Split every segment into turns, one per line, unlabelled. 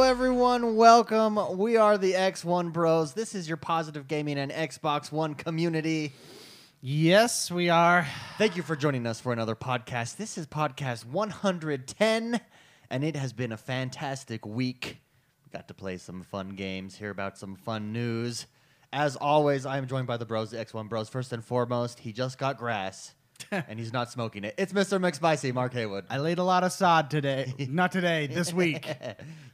everyone. Welcome. We are the X1 Bros. This is your positive gaming and Xbox One community.
Yes, we are.
Thank you for joining us for another podcast. This is podcast 110, and it has been a fantastic week. We got to play some fun games, hear about some fun news. As always, I am joined by the bros, the X1 Bros. First and foremost, he just got grass, and he's not smoking it. It's Mr. McSpicy, Mark Haywood.
I laid a lot of sod today. Not today, this week.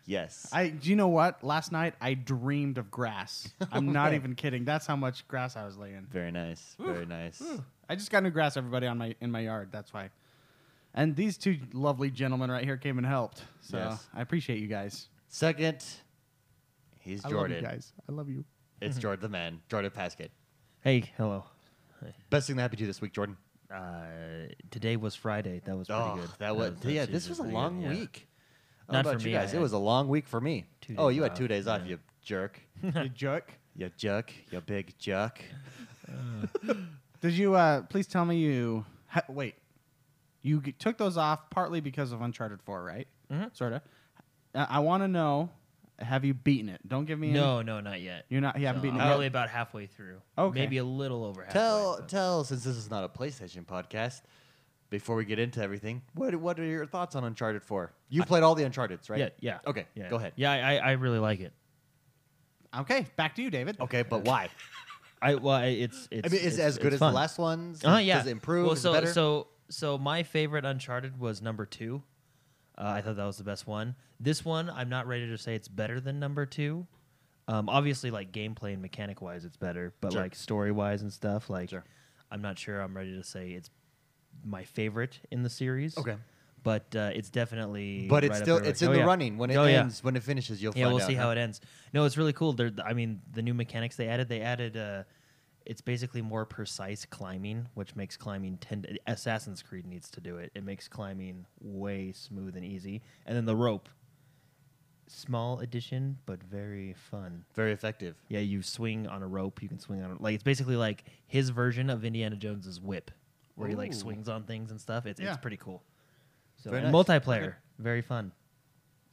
yes.
I do you know what? Last night I dreamed of grass. I'm not even kidding. That's how much grass I was laying.
very nice. Very nice.
I just got new grass everybody on my in my yard. That's why. And these two lovely gentlemen right here came and helped. So
Yes.
I appreciate you guys.
Second, he's
I love
Jordan.
you guys. I love you.
It's
Mm-hmm.
Jordan the man, Jordan Paskett.
Hey, hello.
Best thing that happened to you this week, Jordan.
Uh, today was Friday. That was pretty
oh,
good.
that was yeah.
actually
This was a
pretty
long
good, yeah.
week. I don't
Not
know
for
about you
me, I
guys. It
had
was a long week for me.
two
Oh,
days
you had
off,
two days off.
yeah.
You jerk.
you jerk.
you jerk. You big jerk.
Did you uh please tell me you ha- wait. You g- took those off partly because of Uncharted 4, right?
Mm-hmm.
Mhm.
Sort of. Uh, I want to know have you beaten it? Don't give me any
No, no, not yet.
You're not. You haven't
So
beaten
I'm
it.
only about halfway through.
Okay.
Maybe a little over halfway.
tell
but-
tell since this is not a PlayStation podcast. Before we get into everything, what what are your thoughts on Uncharted 4? You played all the Uncharteds, right?
Yeah, yeah.
Okay,
yeah.
go ahead.
Yeah, I, I, I really like it.
Okay, back to you, David.
Okay, but why?
I well, I, it's it's.
I mean, is
it's,
it as good
it's
as
fun.
the last ones?
Uh, yeah.
Does it improve?
Well,
Is it
so
better?
so so my favorite Uncharted was number two. Uh, I thought that was the best one. This one, I'm not ready to say it's better than number two. Um, obviously, like gameplay and mechanic wise, it's better, but
Sure.
like story wise and stuff, like
Sure.
I'm not sure I'm ready to say it's my favorite in the series.
Okay.
but uh, it's definitely.
but it's
right up
still
there, like-
it's in
Oh,
the
yeah.
running when it
Oh, yeah.
ends when it finishes. You'll
Yeah,
find
we'll
out,
see
huh?
how it ends. No, it's really cool. They're, I mean, the new mechanics they added. They added. Uh, it's basically more precise climbing, which makes climbing tend. Assassin's Creed needs to do it. It makes climbing way smooth and easy. And then the rope. Small addition, but very fun.
Very effective.
Yeah, you swing on a rope. You can swing on like it's basically like his version of Indiana Jones's whip, where he like
Ooh.
swings on things and stuff. It's
Yeah.
it's pretty cool. So
Very
and
nice.
multiplayer, very fun.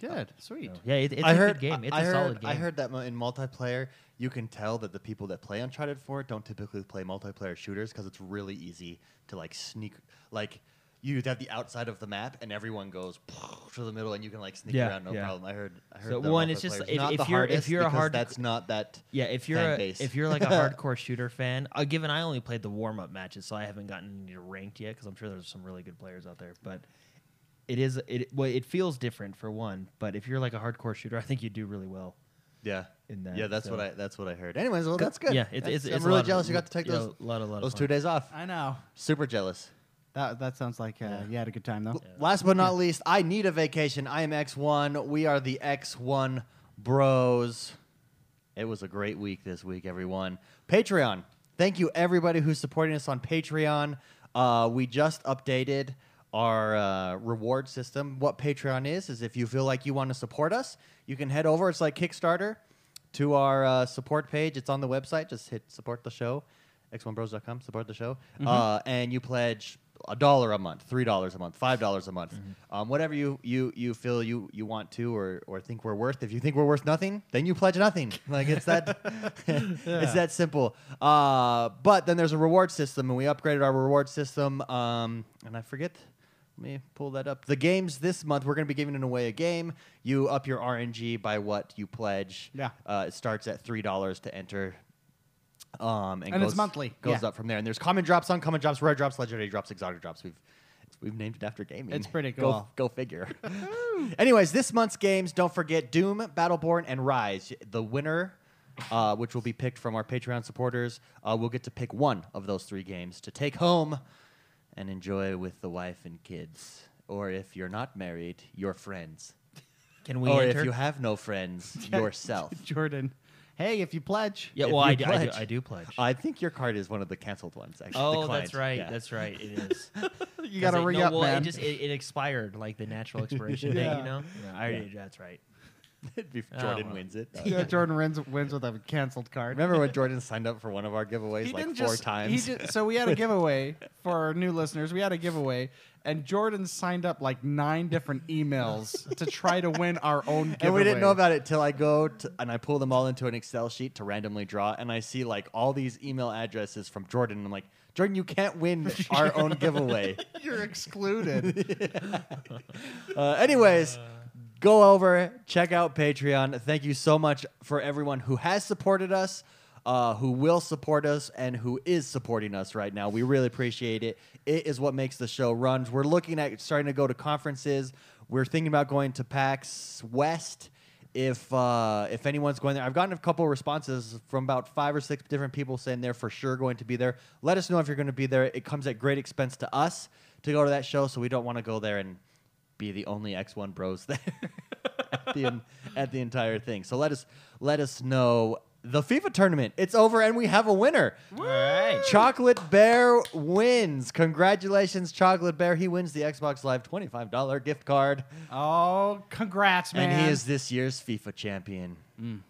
Good. Sweet.
Yeah, it, it's
I
a
heard,
good game. It's
I
a
heard,
solid game.
I heard that mu- in multiplayer, you can tell that the people that play Uncharted 4 don't typically play multiplayer shooters because it's really easy to like sneak. Like you have the outside of the map, and everyone goes to the middle, and you can like sneak
Yeah,
around no
yeah.
problem. I heard. I heard.
So,
that
one, it's just-
multiplayer's
if-
not
if
the
you're- if
hardest
you're a
because
hard-
that's not that.
Yeah, if you're
fan
a,
base.
if you're like a hardcore shooter fan, uh, given I only played the warm up matches, so I haven't gotten into ranked yet because I'm sure there's some really good players out there. But it is it well, it feels different for one. But if you're like a hardcore shooter, I think you do really well.
yeah,
in that,
yeah, that's what
so-
I that's what I heard. Anyways, well, that's good.
Yeah, it's-
That's-
it's- it's
I'm
a
really
lot of-
jealous you got to take
yeah,
those
a lot- a lot of
those
fun.
two days off.
I know.
Super jealous.
That that sounds like uh,
Yeah.
you had a good time though.
Last but not least, I need a vacation. I am X1. We are the X1 Bros. It was a great week this week, everyone. Patreon. Thank you, everybody who's supporting us on Patreon. Uh, we just updated our uh, reward system. What Patreon is, is if you feel like you want to support us, you can head over. It's like Kickstarter to our uh, support page. It's on the website. Just hit support the show, x1bros.com, support the show. Uh, and you pledge a dollar a month, three dollars a month, five dollars a month, um, whatever you, you, you feel you, you want to or, or think we're worth. If you think we're worth nothing, then you pledge nothing. Like it's that it's that simple. Uh, but then there's a reward system, and we upgraded our reward system. Um, and I forget let me pull that up. The games this month, we're going to be giving away a game. You up your RNG by what you pledge.
Yeah.
Uh, it starts at $3 to enter. Um, and
And it's
goes-
monthly.
Goes
Yeah.
up from there. And there's common drops, uncommon drops, rare drops, legendary drops, exotic drops. We've we've named it after gaming.
It's pretty
Go,
cool.
go figure. Anyways, this month's games, don't forget Doom, Battleborn, and Rise. The winner, uh, which will be picked from our Patreon supporters, uh, will get to pick one of those three games to take home and enjoy with the wife and kids. Or if you're not married, your friends.
Can we
or
enter?
Oh, if you have no friends, yourself.
Jordan. Hey, if you pledge.
yeah,
if
well,
you
I do, I do.
pledge.
I do pledge.
I think your card is one of the canceled ones, actually.
oh,
declined.
that's right.
Yeah.
That's right. It is.
You got to
Because it-
ring
no,
up,
well,
man.
It just it, it expired like the natural expiration date.
Yeah.
You know. No, I already. That's right.
It'd be if
Oh,
Jordan
well.
wins it.
Yeah, Jordan wins, wins with a canceled card.
Remember when Jordan signed up for one of our giveaways like four
just,
times?
He did, so we had a giveaway for our new listeners. We had a giveaway, and Jordan signed up like nine different emails to try to win our own giveaway.
and we didn't know about it till I go to, and I pull them all into an Excel sheet to randomly draw, and I see like all these email addresses from Jordan. And I'm like, Jordan, you can't win our own giveaway.
You're excluded.
Uh, anyways, go over, check out Patreon. Thank you so much for everyone who has supported us, uh, who will support us, and who is supporting us right now. We really appreciate it. It is what makes the show run. We're looking at starting to go to conferences. We're thinking about going to PAX West. If uh, if anyone's going there, I've gotten a couple responses from about five or six different people saying they're for sure going to be there. Let us know if you're going to be there. It comes at great expense to us to go to that show, so we don't want to go there and be the only X1 bros there at, the, en- at the entire thing. So let us let us know the FIFA tournament. It's over and we have a winner.
All right.
Chocolate Bear wins. Congratulations Chocolate Bear. He wins the Xbox Live $25 gift card
oh, congrats, man.
and he is this year's FIFA champion.
Mm.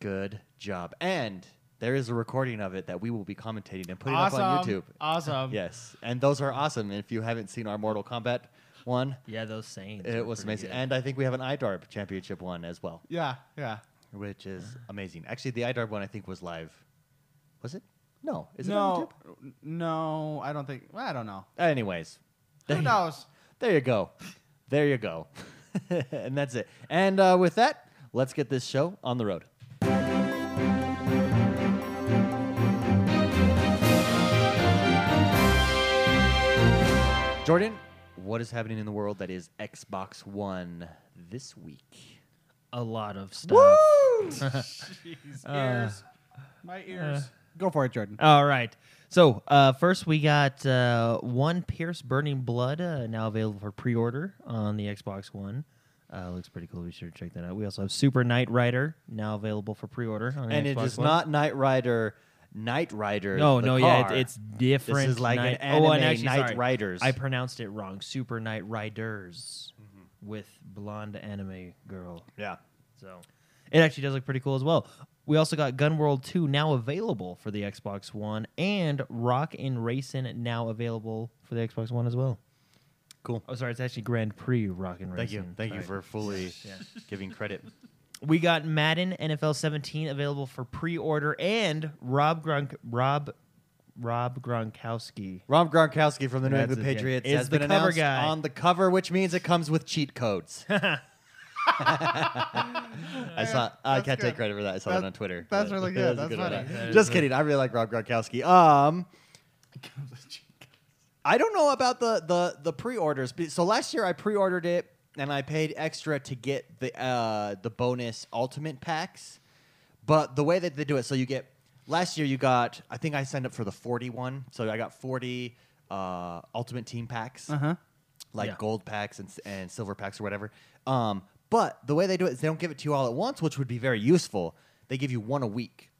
Good job. And there is a recording of it that we will be commentating and putting
awesome.
up on YouTube.
Awesome.
Yes. And those are awesome if you haven't seen our Mortal Kombat one.
Yeah, those sayings.
It
were
was
pretty
amazing.
good.
And I think we have an IDARB championship one as well,
Yeah. Yeah.
which is amazing. Actually, the IDARB one I think was live. Was it? No. Is it on
no,
YouTube?
no, I don't think. well, I don't know.
Anyways, there,
Who
you-
knows?
there you go. There you go. and that's it. And uh, with that, let's get this show on the road. Jordan, what is happening in the world that is Xbox One this week? Uh,
a lot of stuff.
Jeez, ears. My ears. Uh, Go for it, Jordan.
All right. So uh, first, we got uh, one Pierce Burning Blood uh, now available for pre-order on the Xbox One. Uh, looks pretty cool. Be sure to check that out. We also have Super Knight Rider now available for pre-order on the
and it
Xbox
is
One.
not Knight Rider, Knight Rider.
No,
the
no, yeah,
car.
it, it's different.
This is like
Knight-
an anime
oh, and actually,
Knight
sorry,
Riders.
I pronounced it wrong. Super Knight Riders
Mm-hmm.
with blonde anime girl.
yeah.
So it actually does look pretty cool as well. We also got Gun World 2 now available for the Xbox One and Rock and Racing now available for the Xbox One as well.
Cool.
Oh, sorry, it's actually Grand Prix Rock and
Thank
Racing.
you, thank you
Sorry.
for fully
Yeah.
giving credit.
We got Madden NFL 17 available for pre-order and Rob Gronk Rob Rob Gronkowski.
Ron Gronkowski from the New
That's
England
it, yeah.
Patriots
Is
has
the
been
cover
announced
guy.
on the cover, which means it comes with cheat codes. I saw. I
That's
can't take
good.
credit for that. I saw that,
That-
on Twitter.
that's
But
really
that
good.
was a
That's
one.
funny.
That is
Just
good.
kidding. I really like Rob Gronkowski. Um, I don't know about the the the pre-orders. Be- So last year I pre-ordered it and I paid extra to get the uh, the bonus ultimate packs. But the way that they do it, so you get last year you got I think I signed up for the 41, so I got 40 uh, ultimate team packs
Uh huh.
like
Yeah.
gold packs and, and silver packs or whatever. Um, but the way they do it is they don't give it to you all at once, which would be very useful. They give you one a week,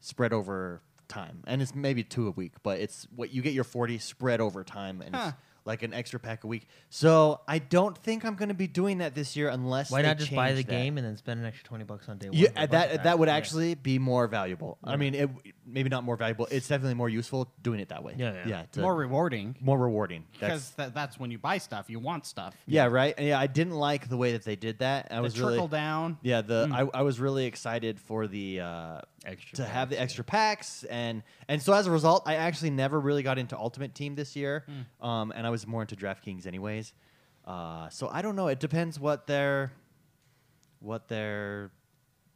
spread over time, and it's maybe two a week, but it's what you get your forty spread over time, and
Huh.
it's like an extra pack a week. So I don't think I'm going to be doing that this year unless
Why
they
not just buy the
change that.
game and then spend an extra 20 bucks on day 1?
Yeah, uh, that that would actually be more valuable. I mean, it maybe not more valuable. It's definitely more useful doing it that way.
Yeah, yeah.
to-
More rewarding
more rewarding. That's
because that, that's when you buy stuff. You want stuff.
Yeah, right. Yeah, I didn't like the way that they did that. I
The
was
trickle
really
down.
yeah. The
Hmm.
I, I was really excited for the uh,
Extra
to have the
packs,
extra packs and and so as a result, I actually never really got into Ultimate Team this year,
Hmm.
um, and I was more into DraftKings anyways. Uh, so I don't know. It depends what their what their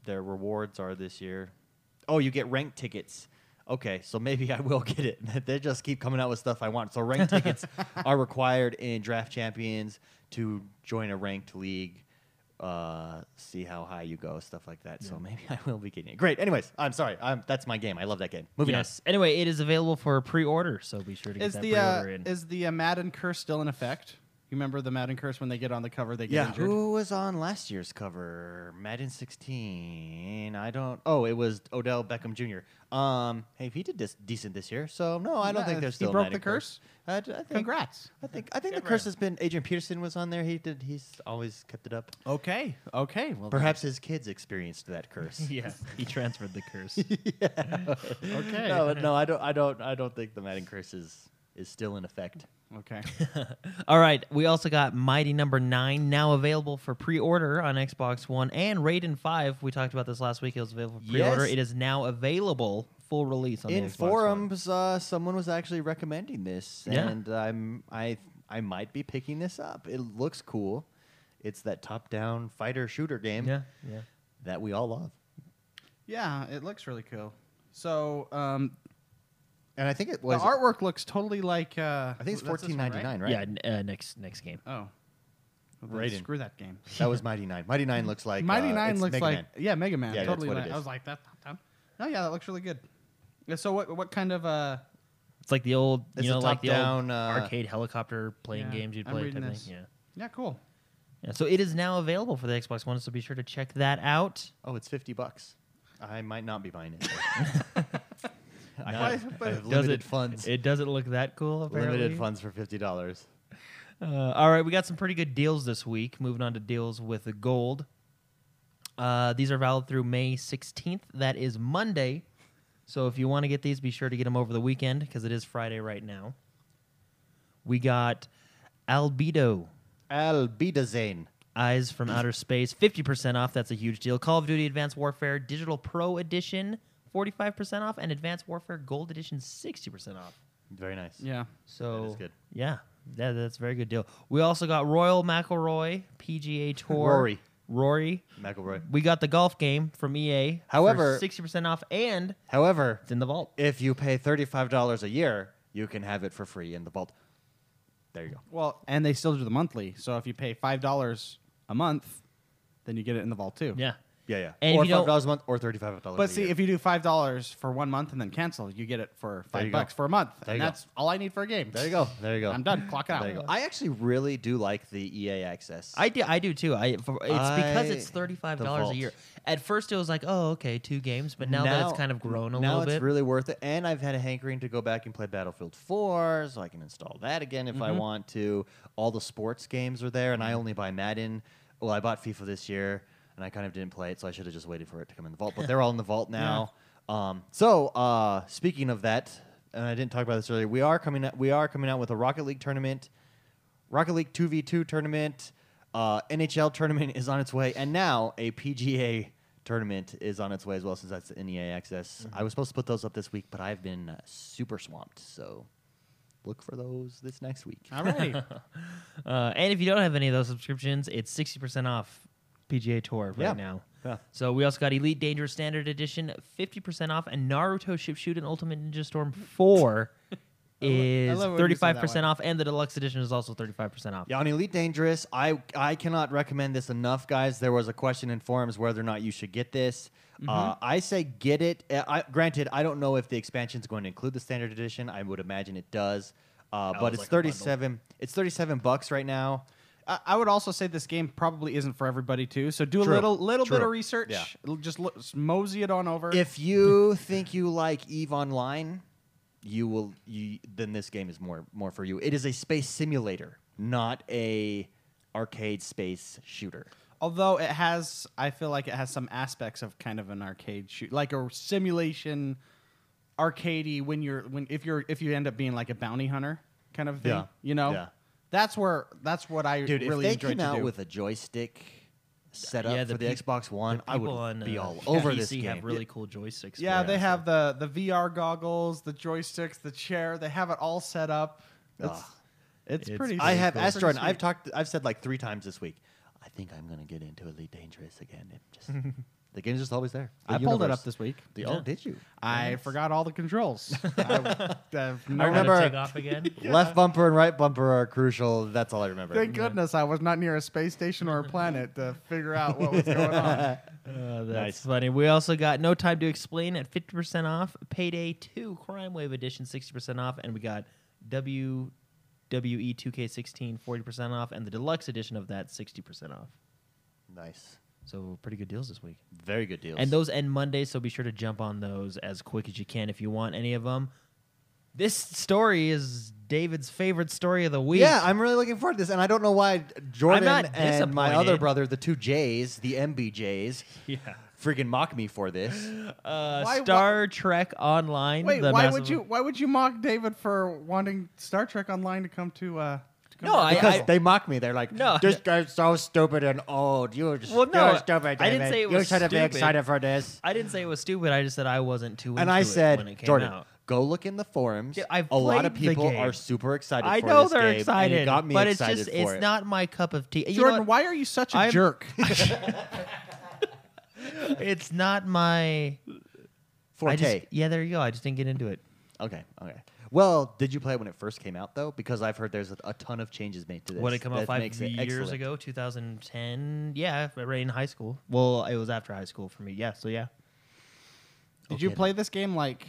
their rewards are this year. Oh, you get ranked tickets. Okay, so maybe I will get it. they just keep coming out with stuff I want. So ranked tickets are required in draft champions to join a ranked league. Uh, see how high you go, stuff like that. So maybe I will be getting it. Great. Anyways, I'm sorry. I'm, that's my game. I love that game. Moving
Yes. Anyway, it is available for pre-order, so be sure to get
Is
that
the
pre-order
uh,
in.
is the uh, Madden curse still in effect? You remember the Madden curse when they get on the cover, they get
Yeah,
injured.
who was on last year's cover? Madden 16. I don't. Oh, it was Odell Beckham Jr. Um, hey, he did this decent this year, so no, I don't
Yeah,
think
he
there's still. a
broke
Madden
the curse?
I, I think,
Congrats.
I think I think
Good
the
for
curse
him.
has been. Adrian Peterson was on there. He did. He's always kept it up.
Okay. Okay. Well,
Perhaps his kids experienced that curse.
yeah, he transferred the curse.
Okay.
No, but no, I don't. I don't. I don't think the Madden curse is is still in effect.
Okay.
All right, we also got Mighty Number Nine now available for pre-order on Xbox One and Raiden Five. We talked about this last week. It was available for pre-order.
Yes.
It is now available full release on the
in
Xbox One.
forums uh, someone was actually recommending this
Yeah.
and i'm i i might be picking this up it looks cool it's that top down fighter shooter game
Yeah, yeah.
that we all love
Yeah, it looks really cool. So um,
and i think it
the
was
artwork looks totally like. Uh,
i think it's
that's this
fourteen
one,
ninety
right?
nine right,
Yeah, n- uh, next next game.
Oh. Well, then
Raiden.
Screw that game.
that was mighty nine mighty nine looks like
Mighty
uh,
Nine
it's
looks
Mega
like
Man.
yeah, Mega Man.
Yeah, that's
totally.
what it
right.
is.
I was like that. that- that- Oh yeah, that looks really good. Yeah, so what? What kind of? Uh,
It's like the old,
It's
you know,
the
like the
top-down,
old
uh,
arcade helicopter playing
Yeah,
games you'd
I'm
play.
reading
Type thing.
this.
Yeah.
yeah, cool.
yeah. So it is now available for the Xbox One. So be sure to check that out.
oh it's 50 bucks i might not be buying it I have,
No.
I have
Does
limited
it-
funds.
It doesn't look that cool. Apparently.
limited funds for fifty dollars.
Uh, all right, we got some pretty good deals this week. Moving on to deals with the gold. Uh, these are valid through May 16th. That is Monday. So if you want to get these, be sure to get them over the weekend because it is Friday right now. We got Albedo
Albedazane.
Eyes from Outer Space, 50% off. That's a huge deal. Call of Duty Advanced Warfare Digital Pro Edition, 45% off, and Advanced Warfare Gold Edition, 60% off.
Very nice.
Yeah.
So
is good.
Yeah, that, that's a very good deal. We also got Royal McElroy PGA Tour.
Rory.
Rory.
McElroy.
We got the golf game from EA.
However-
sixty percent off, and
However,
it's in the vault.
if you pay $35 a year, you can have it for free in the vault. There you go.
Well, and they still do the monthly. So if you pay five dollars a month, then you get it in the vault too.
Yeah.
Yeah, yeah.
And
or
if you don't-
$5 a month or $35 a
But see,
year.
if you do five dollars for one month and then cancel, you get it for
There
five
you go.
bucks for a month,
There
and
you go.
that's all I need for a game.
there you go. There you go.
I'm done. Clock it out.
There you go. I actually really do like the E EA access.
I do, I do too. I for, it's because it's
I-
thirty five
the
dollars a
vault.
year. At first, it was like, oh, okay, two games, but now, that it's kind of grown a
now
little
it's
bit.
really worth it. And I've had a hankering to go back and play Battlefield 4, so I can install that again if I
Mm-hmm.
want to. All the sports games are there, and I only buy Madden. Well, I bought FIFA this year, and I kind of didn't play it, so I should have just waited for it to come in the vault. But they're all in the vault now. Um, so uh, speaking of that, and I didn't talk about this earlier, we are coming out, we are coming out with a Rocket League tournament. Rocket League 2v2 tournament, uh, NHL tournament is on its way, and now a PGA tournament is on its way as well since that's in EA Access. I was supposed to put those up this week, but I've been uh, super swamped, so look for those this next week.
All right.
Uh, and if you don't have any of those subscriptions, it's sixty percent off PGA Tour right
Yeah.
now.
Yeah.
So we also got Elite Danger Standard Edition, fifty percent off, and Naruto Shippuden Ultimate Ninja Storm Four is
love it when you say
thirty-five
that one.
percent off, and the Deluxe Edition is also thirty-five percent off.
Yeah, on Elite Dangerous, I I cannot recommend this enough, guys. There was a question in forums whether or not you should get this.
Mm-hmm.
Uh, I say get it. Uh, I, granted, I don't know if the expansion is going to include the standard edition. I would imagine it does, uh, but
was
it's
like a bundle.
thirty-seven. It's thirty-seven bucks right now.
I I would also say this game probably isn't for everybody too. So do a
True.
little little bit
True.
of research.
Yeah.
L- Just look, s- mosey it on over.
If you think you like Eve Online, you will. You then this game is more more for you. It is a space simulator, not a arcade space shooter.
although it has, I feel like it has some aspects of kind of an arcade shoot, like a simulation, arcadey. When you're when if you're if you end up being like a bounty hunter kind of thing,
Yeah.
you know,
Yeah.
that's where that's what I
Dude,
really
if they
enjoyed
came
to
out
do.
with a joystick setup
Yeah,
for
the
the
peop-
Xbox One, I would
People on,
be
uh,
all over
PC
this game.
Have really cool joysticks.
yeah,
for it,
they
so-
have the the VR goggles, the joysticks, the chair. They have it all set up. It's,
Ah.
it's,
It's-
pretty.
I have
pretty
Asteroid.
sweet.
I've talked. I've said like three times this week. I think I'm gonna get into Elite Dangerous again. It just the game's just always there. The
I pulled it
universe.
up this week.
The,
Yeah.
Oh, did you?
I forgot all the controls. I, have no
I
remember-
remember take off again.
Left bumper and right bumper are crucial. That's all I remember.
Thank goodness I was not near a space station or a planet to figure out what was going on.
Uh, that's
Nice.
funny. We also got No Time to Explain at 50% off, Payday 2 Crime Wave Edition 60% off, and we got W2 WWE 2K16 40% off, and the deluxe edition of that 60% off.
Nice.
So pretty good deals this week.
Very good deals.
And those end Monday, so be sure to jump on those as quick as you can if you want any of them. This story is David's favorite story of the week.
Yeah, I'm really looking forward to this, and I don't know why Jordan
not
and my
disappointed.
other brother, the two J's, the MBJs,
yeah.
freaking mock me for this.
Uh,
Why-
Star Trek Online.
Wait,
the
why
massive-
would you? Why would you mock David for wanting Star Trek Online to come to? Uh, to come
No,
to-
I-
Because they mock me. They're like,
No.
this guy's so stupid and old. You're just
Well, no,
you're stupid, David.
I didn't say it
you
was
shouldn't be
stupid."
excited for this.
I didn't say it was stupid. I just said I wasn't too.
and
into
I
it when
said,
it came
Jordan,
out.
go look in the forums.
Yeah, I've
a lot of
played the
people
game.
are super excited
I
for
know
this
they're
game,
excited,
and it got me
but
excited
it's just
for
it's
it.
not my cup of tea. You know
Jordan,
what?
why are you such a
I'm-
jerk?
it's not my I
Forte.
just- yeah, there you go. I just didn't get into it.
Okay, okay. Well, did you play it when it first came out though? Because I've heard there's a, a ton of changes made to this.
What it come out
that
five
makes it
years
excellent.
ago, 2010? Yeah, right in high school. Well, it was after high school for me. Yeah, so yeah.
Did you
Okay.
play this game like?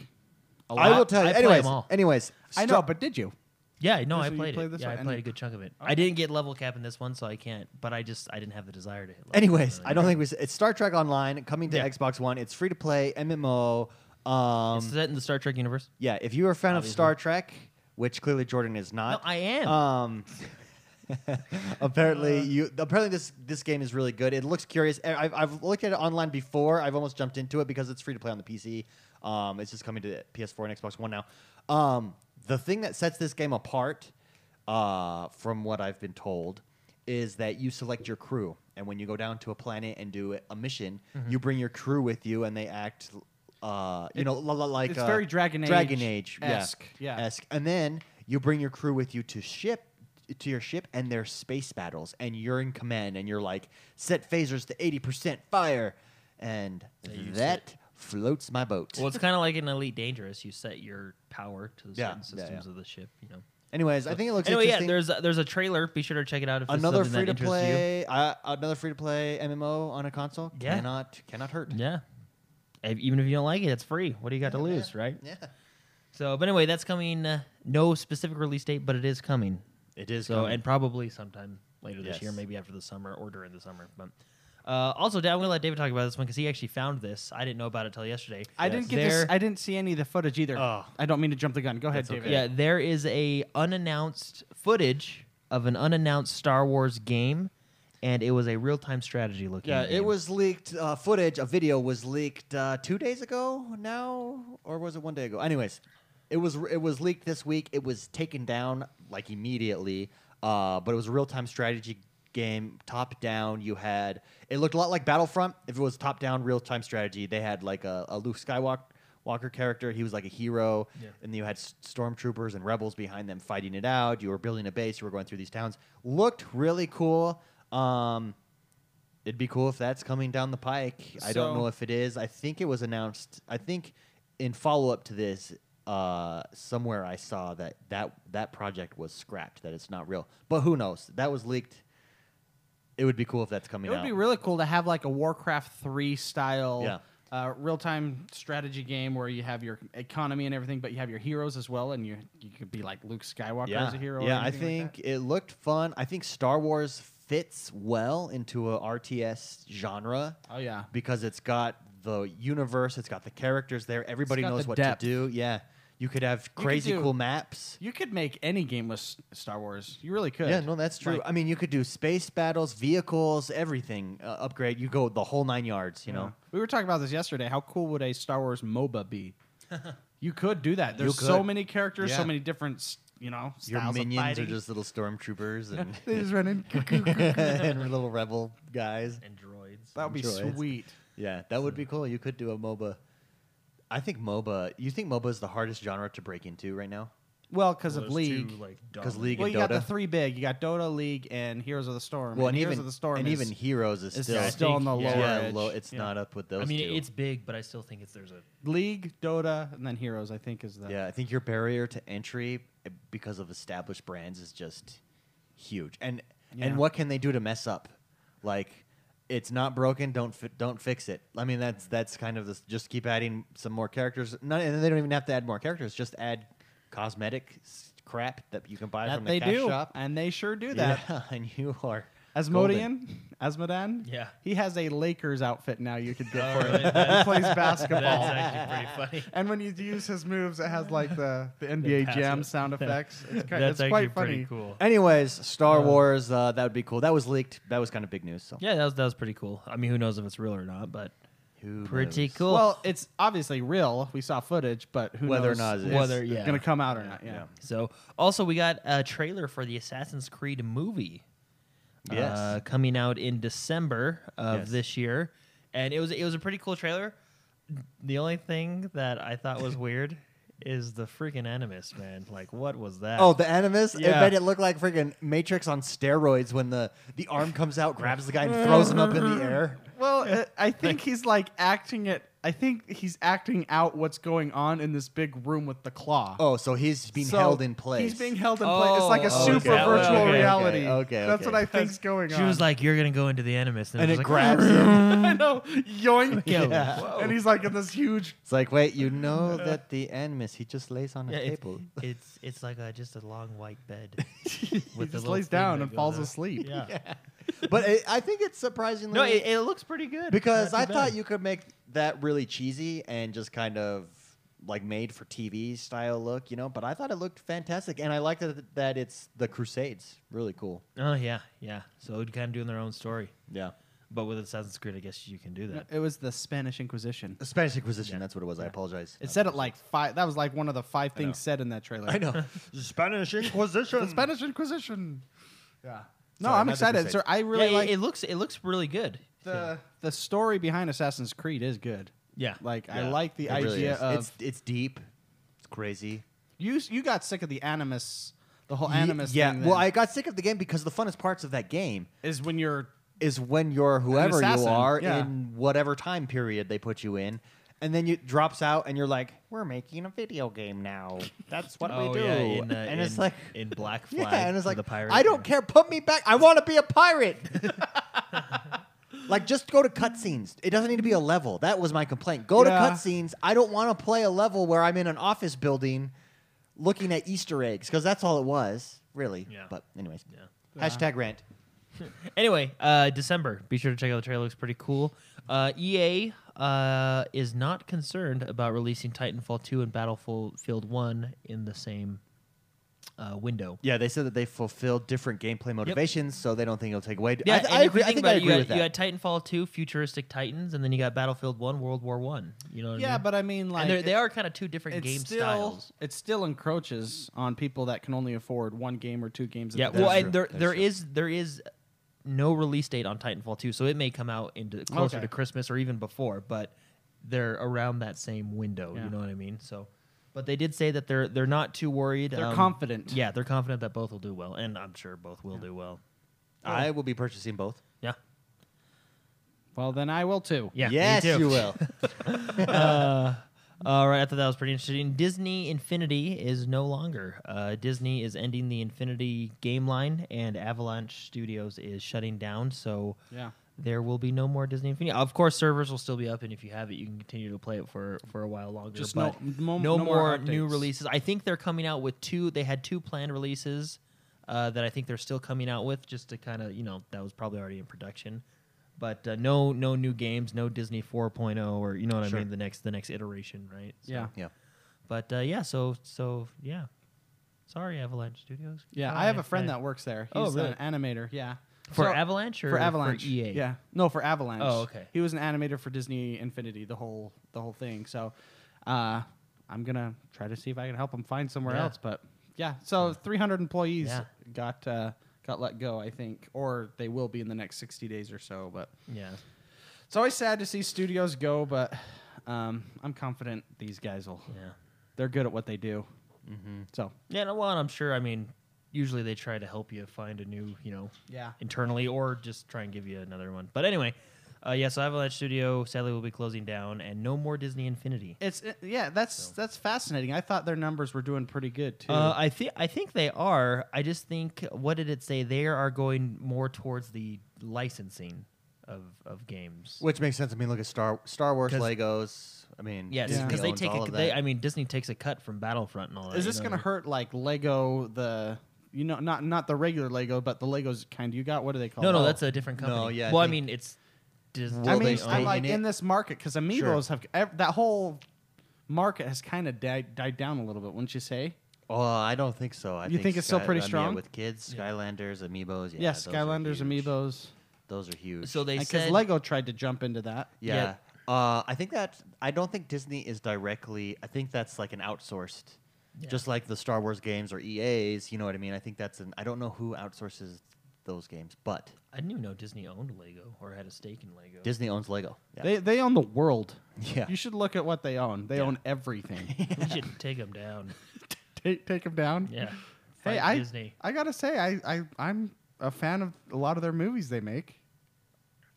A lot?
I will tell you.
I play 'em
anyways,
all.
anyways,
I know,
Star-
but did you?
Yeah, no,
So
I
you
played
played
it.
this
Yeah, I
one and-
played a good chunk of it. I didn't get level cap in this one, so I can't. But I just I didn't have the desire to hit. Level
Anyways,
cap.
I don't think we. s- It's Star Trek Online coming to
Yeah.
Xbox One. It's free to play MMO. Um,
Is that in the Star Trek universe?
yeah, if you're a fan of
Obviously.
Star Trek, which clearly Jordan is
No,
not,
I am.
Um,
Uh.
apparently, you apparently this this game is really good. It looks curious. I- I've, I've looked at it online before. I've almost jumped into it because it's free to play on the PC. Um, it's just coming to PS4 and Xbox One now. Um, the thing that sets this game apart, uh, from what I've been told, is that you select your crew, and when you go down to a planet and do a mission, you bring your crew with you, and they act. Uh, you
Mm-hmm. It-
know, la- la- like
it's
uh,
very Dragon
Dragon Age,
Age esque,
yeah,
yeah.
esque. And then you bring your crew with you to ship to your ship and there's space battles and you're in command and you're like set phasers to 80% fire and that floats my boat.
Well, it's kind of like in Elite Dangerous. You set your power to the
Yeah,
certain
yeah,
systems
yeah.
of the ship. You know.
Anyways, I think it looks
anyway, yeah.
interesting.
There's a, there's a trailer. Be sure to check it out if this is
another free
something that
to
interests
play
you.
uh, another free to play MMO on a console
Yeah.
cannot cannot hurt.
Yeah. If- Even if you don't like it, it's free. What do you got to lose, right?
Yeah.
So, but anyway, that's coming. Uh, no specific release date, but it is coming.
It is
so,
coming.
and probably sometime later this
Yes.
year, maybe after the summer or during the summer. But uh, also, Dad, I'm gonna let David talk about this one because he actually found this. I didn't know about it till yesterday.
I didn't get this.
There-
I didn't see any of the footage either.
Oh.
I don't mean to jump the gun. Go ahead, David.
Yeah, there is a unannounced footage of an unannounced Star Wars game, and it was a real time strategy looking.
Yeah, it
game.
was leaked. Uh, footage, a video was leaked uh, two days ago now, or was it one day ago? Anyways, it was it was leaked this week. It was taken down like immediately, uh, but it was a real time strategy game, top down. You had it looked a lot like Battlefront. If it was top down real time strategy, they had like a, a Luke Skywalker. Walker character, he was like a hero,
Yeah.
and you had s- stormtroopers and rebels behind them fighting it out. You were building a base, you were going through these towns. Looked really cool. Um, It'd be cool if that's coming down the pike. I don't
So-
know if it is. I think it was announced. I think in follow up to this, uh, somewhere I saw that, that that project was scrapped. That it's not real. But who knows? That was leaked. It would be cool if that's coming
It would
out.
be really cool to have like a Warcraft three style,
Yeah.
uh, real time strategy game where you have your economy and everything, but you have your heroes as well, and you you could be like Luke Skywalker
yeah,
as a hero. or
yeah. I
anything like
think it looked fun. I think Star Wars fits well into a RTS genre.
that. Oh yeah.
because it's got the universe, it's got the characters there. Everybody
got
knows
the
what
depth.
to do. Yeah, you could have
could
crazy
do-
cool maps.
You could make any game with S- Star Wars. You really could.
Yeah, no, that's true.
Like-
I mean, you could do space battles, vehicles, everything. Uh, upgrade. You go the whole nine yards. You
Yeah.
know.
we were talking about this yesterday. How cool would a Star Wars MOBA be? you could do that. There's so
could.
many characters,
Yeah.
so many different, s- you know, styles
Your
of
minions are
fighting.
just little stormtroopers and,
they just run in.
and little rebel guys.
and droids.
that would be
droids.
sweet.
Yeah, that would be cool. You could do a MOBA. I think MOBA. You think MOBA is the hardest genre to break into right now?
Well, because
Well,
of
there's
League.
two, like,
Because
dominant-
League
well,
and
you got the
Dota.
three big. You got Dota, League, and Heroes of the Storm.
well,
and
and
Heroes
even
of the Storm
and
is,
even Heroes is
is
still
I
still
think-
on the
yeah.
lower
yeah,
edge.
low, it's
Yeah.
not up with those.
I mean,
two.
it's big, but I still think it's there's a
League, Dota, and then Heroes. I think is the
Yeah, I think your barrier to entry eh, because of established brands is just huge. And
Yeah.
and what can they do to mess up? Like it's not broken, don't fi- don't fix it. I mean that's that's kind of this just keep adding some more characters. Not, and they don't even have to add more characters, just add cosmetic s- crap that you can buy
that
from the
they
cash
do,
shop.
and they sure do that.
Yeah, and you are
Asmodean, Asmodan.
Yeah.
he has a Lakers outfit now. You could get
Oh,
for
really?
him. He plays
That's
basketball.
actually pretty funny.
And when you use his moves, it has like the, the NBA
pass
Jam
it.
sound effects. It's, ki-
That's
it's
actually
quite
pretty
funny.
cool.
Anyways, Star Wars. Uh, that would be cool. That was leaked. That was kind of big news. So
Yeah, that was that was pretty cool. I mean, who knows if it's real or not, but
Who
pretty
knows?
cool.
Well, it's obviously real. We saw footage, but who
Whether or
knows
not it's-
Whether- yeah.
going to come out or not? Yeah.
yeah.
so also we got a trailer for the Assassin's Creed movie.
Yes.
uh, coming out in December of
Yes.
this year, and it was it was a pretty cool trailer. The only thing that I thought was weird is the freaking Animus man. Like, what was that?
Oh, the Animus! It
Yeah.
made it look like freaking Matrix on steroids when the, the arm comes out, grabs the guy, and throws him up in the air.
Well, uh, I think he's like acting it. I think he's acting out what's going on in this big room with the claw.
Oh, so he's being
So
held in place.
He's being held in place. It's like a
Oh,
super
okay.
virtual
Okay, okay,
reality.
okay,
that's
okay.
what I think's going on.
she was like, "You're gonna go into the Animus,"
and
was
it
like,
grabs him.
I know, yoink,
Yeah. Whoa.
and he's like in this huge.
It's like, wait, you know that the Animus he just lays on a
Yeah, it's,
table.
it's it's like a, just a long white bed.
he just
with the little
lays
thing
down
that
and
goes
falls
up.
asleep.
Yeah.
But it, I think it's surprisingly
No, it, it looks pretty good.
because
Not
I
too
thought
bad.
you could make that really cheesy and just kind of like made for TV style look, you know. But I thought it looked fantastic, and I liked that, that it's the Crusades. Really cool.
Oh yeah, yeah. So it kind of doing their own story,
Yeah.
but with Assassin's Creed, I guess you can do that.
It was the Spanish Inquisition.
The Spanish Inquisition.
Yeah.
That's what it was. I apologize.
It said it like five. That was like one of the five
know.
things said in that trailer.
I know. Spanish Inquisition.
The Spanish Inquisition. Yeah. No,
Sorry, not
I'm
the
excited,
Crusades.
sir. I
Yeah,
really
it-
like
it, looks it looks really good.
the the story behind Assassin's Creed is good.
yeah.
Like I
Yeah,
like the
it
idea
really is.
of
it's it's deep, it's crazy.
you. You got sick of the animus, the whole
Ye-
animus.
yeah.
thing
well,
then,
I got sick of the game because the funnest parts of that game
is when you're
is when you're whoever you
assassin,
are
yeah.
in whatever time period they put you in, and then you it drops out and you're like, we're making a video game now. That's what
oh,
we do.
Yeah, in, uh,
and it's
in-
like.
in Black Flag.
Yeah, and it's like
the pirate.
I don't care. Put me back. I want to be a pirate. like, just go to cutscenes. It doesn't need to be a level. That was my complaint. Go
Yeah.
to cutscenes. I don't want to play a level where I'm in an office building looking at Easter eggs because that's all it was, really.
Yeah.
But anyways,
Yeah.
hashtag rant.
Anyway, uh, December. Be sure to check out the trailer. Looks pretty cool. Uh, EA uh, is not concerned about releasing Titanfall 2 and Battlefield 1 in the same uh, window.
Yeah, they said that they fulfilled different gameplay motivations, so they don't think it'll take away.
Yeah,
I, th-
and
I
if
agree.
you
I
think
think
about
I
it,
agree
you
with
got,
that.
you got Titanfall 2, futuristic Titans, and then you got Battlefield 1, World War 1. You know what I
yeah,
mean?
but I mean like
and they're-
it-
they are kind of two different game
still,
styles.
It still encroaches on people that can only afford one game or two games. At
Yeah,
the
well,
That's true.
and there
That's
there
true.
is there is no release date on Titanfall 2, so it may come out into closer
Okay.
to Christmas or even before, but they're around that same window.
Yeah.
You know what I mean? So, but they did say that they're they're not too worried.
They're confident.
um, Yeah, they're confident that both will do well, and I'm sure both will do well.
I will be purchasing both.
Yeah,
well, then I will too.
yeah. me
yes,
too.
you will.
Uh, All right, I thought that was pretty interesting. Disney Infinity is no longer. Uh, Disney is ending the Infinity game line, and Avalanche Studios is shutting down. So
Yeah.
there will be no more Disney Infinity. Of course, servers will still be up, and if you have it, you can continue to play it for for a while longer.
Just
but
no- mo-
no,
no more
more, new
updates.
releases. I think they're coming out with two. They had two planned releases uh, that I think they're still coming out with, just to kind of you know that was probably already in production. But uh, no, no new games, no Disney 4.0 or you know what
Sure.
I mean. The next, the next iteration, right? So-
Yeah.
yeah.
But uh, yeah, so so yeah. Sorry, Avalanche Studios.
Yeah,
All
I have
right,
a friend
yeah.
that works there.
Oh,
He's
really?
an animator. Yeah.
for E
So-
Avalanche or
for E Avalanche.
EA.
Yeah. No, for Avalanche.
Oh, okay.
He was an animator for Disney Infinity, the whole the whole thing. So, uh, I'm gonna try to see if I can help him find somewhere
Yeah.
else. But yeah, so 300 employees
Yeah.
got uh, got let go, I think, or they will be in the next 60 days or so. But
yeah.
it's always sad to see studios go, but um, I'm confident these guys will.
Yeah.
They're good at what they do.
Mm-hmm.
So
Yeah, no, well, and I'm sure. I mean, usually they try to help you find a new, you know,
yeah,
internally, or just try and give you another one. But anyway, uh, yeah. So Avalanche Studio sadly will be closing down, and no more Disney Infinity.
it's it- yeah. That's that's fascinating. I thought their numbers were doing pretty good too.
Uh, I think I think they are. I just think what did it say? They are going more towards the licensing of of games.
Which makes sense. I mean, look at Star Star Wars
'Cause-
Legos. I mean,
Yes,
Disney
because they
owns
take.
all
A,
of
they,
that.
I mean, Disney takes a cut from Battlefront and all that.
Is
you
this
know?
gonna hurt like Lego the you know not not the regular Lego but the Legos kind you got? What do they call?
No, no,
it?
that's a different
Oh. No,
company.
yeah, I
Well, I
think-
mean, it's Disney.
I
Will they
mean,
owns-
stay
I'm like
in it?
in this market because Amiibos have ev- that whole market has kind of died, died down a little bit, wouldn't you say?
Oh, I don't think so. I
You think it's still pretty
I mean,
strong?
yeah, with kids,
Yeah.
Skylanders, Amiibos. Yeah,
Yeah,
those are
Skylanders,
huge.
Amiibos,
Those are huge.
so they
because
said
Lego tried to jump into that.
yeah. Uh, I think that I don't think Disney is directly. I think that's like an outsourced,
Yeah.
just like the Star Wars games or EA's. You know what I mean? I think that's an. I don't know who outsources those games, but
I didn't even know Disney owned Lego or had a stake in Lego.
Disney owns Lego. Yeah.
They they own the world.
Yeah.
you should look at what they own. They
Yeah.
own everything.
we should take them down.
take take them down.
Yeah.
Hey,
Fight
I
Disney.
I gotta say, I, I I'm a fan of a lot of their movies they make.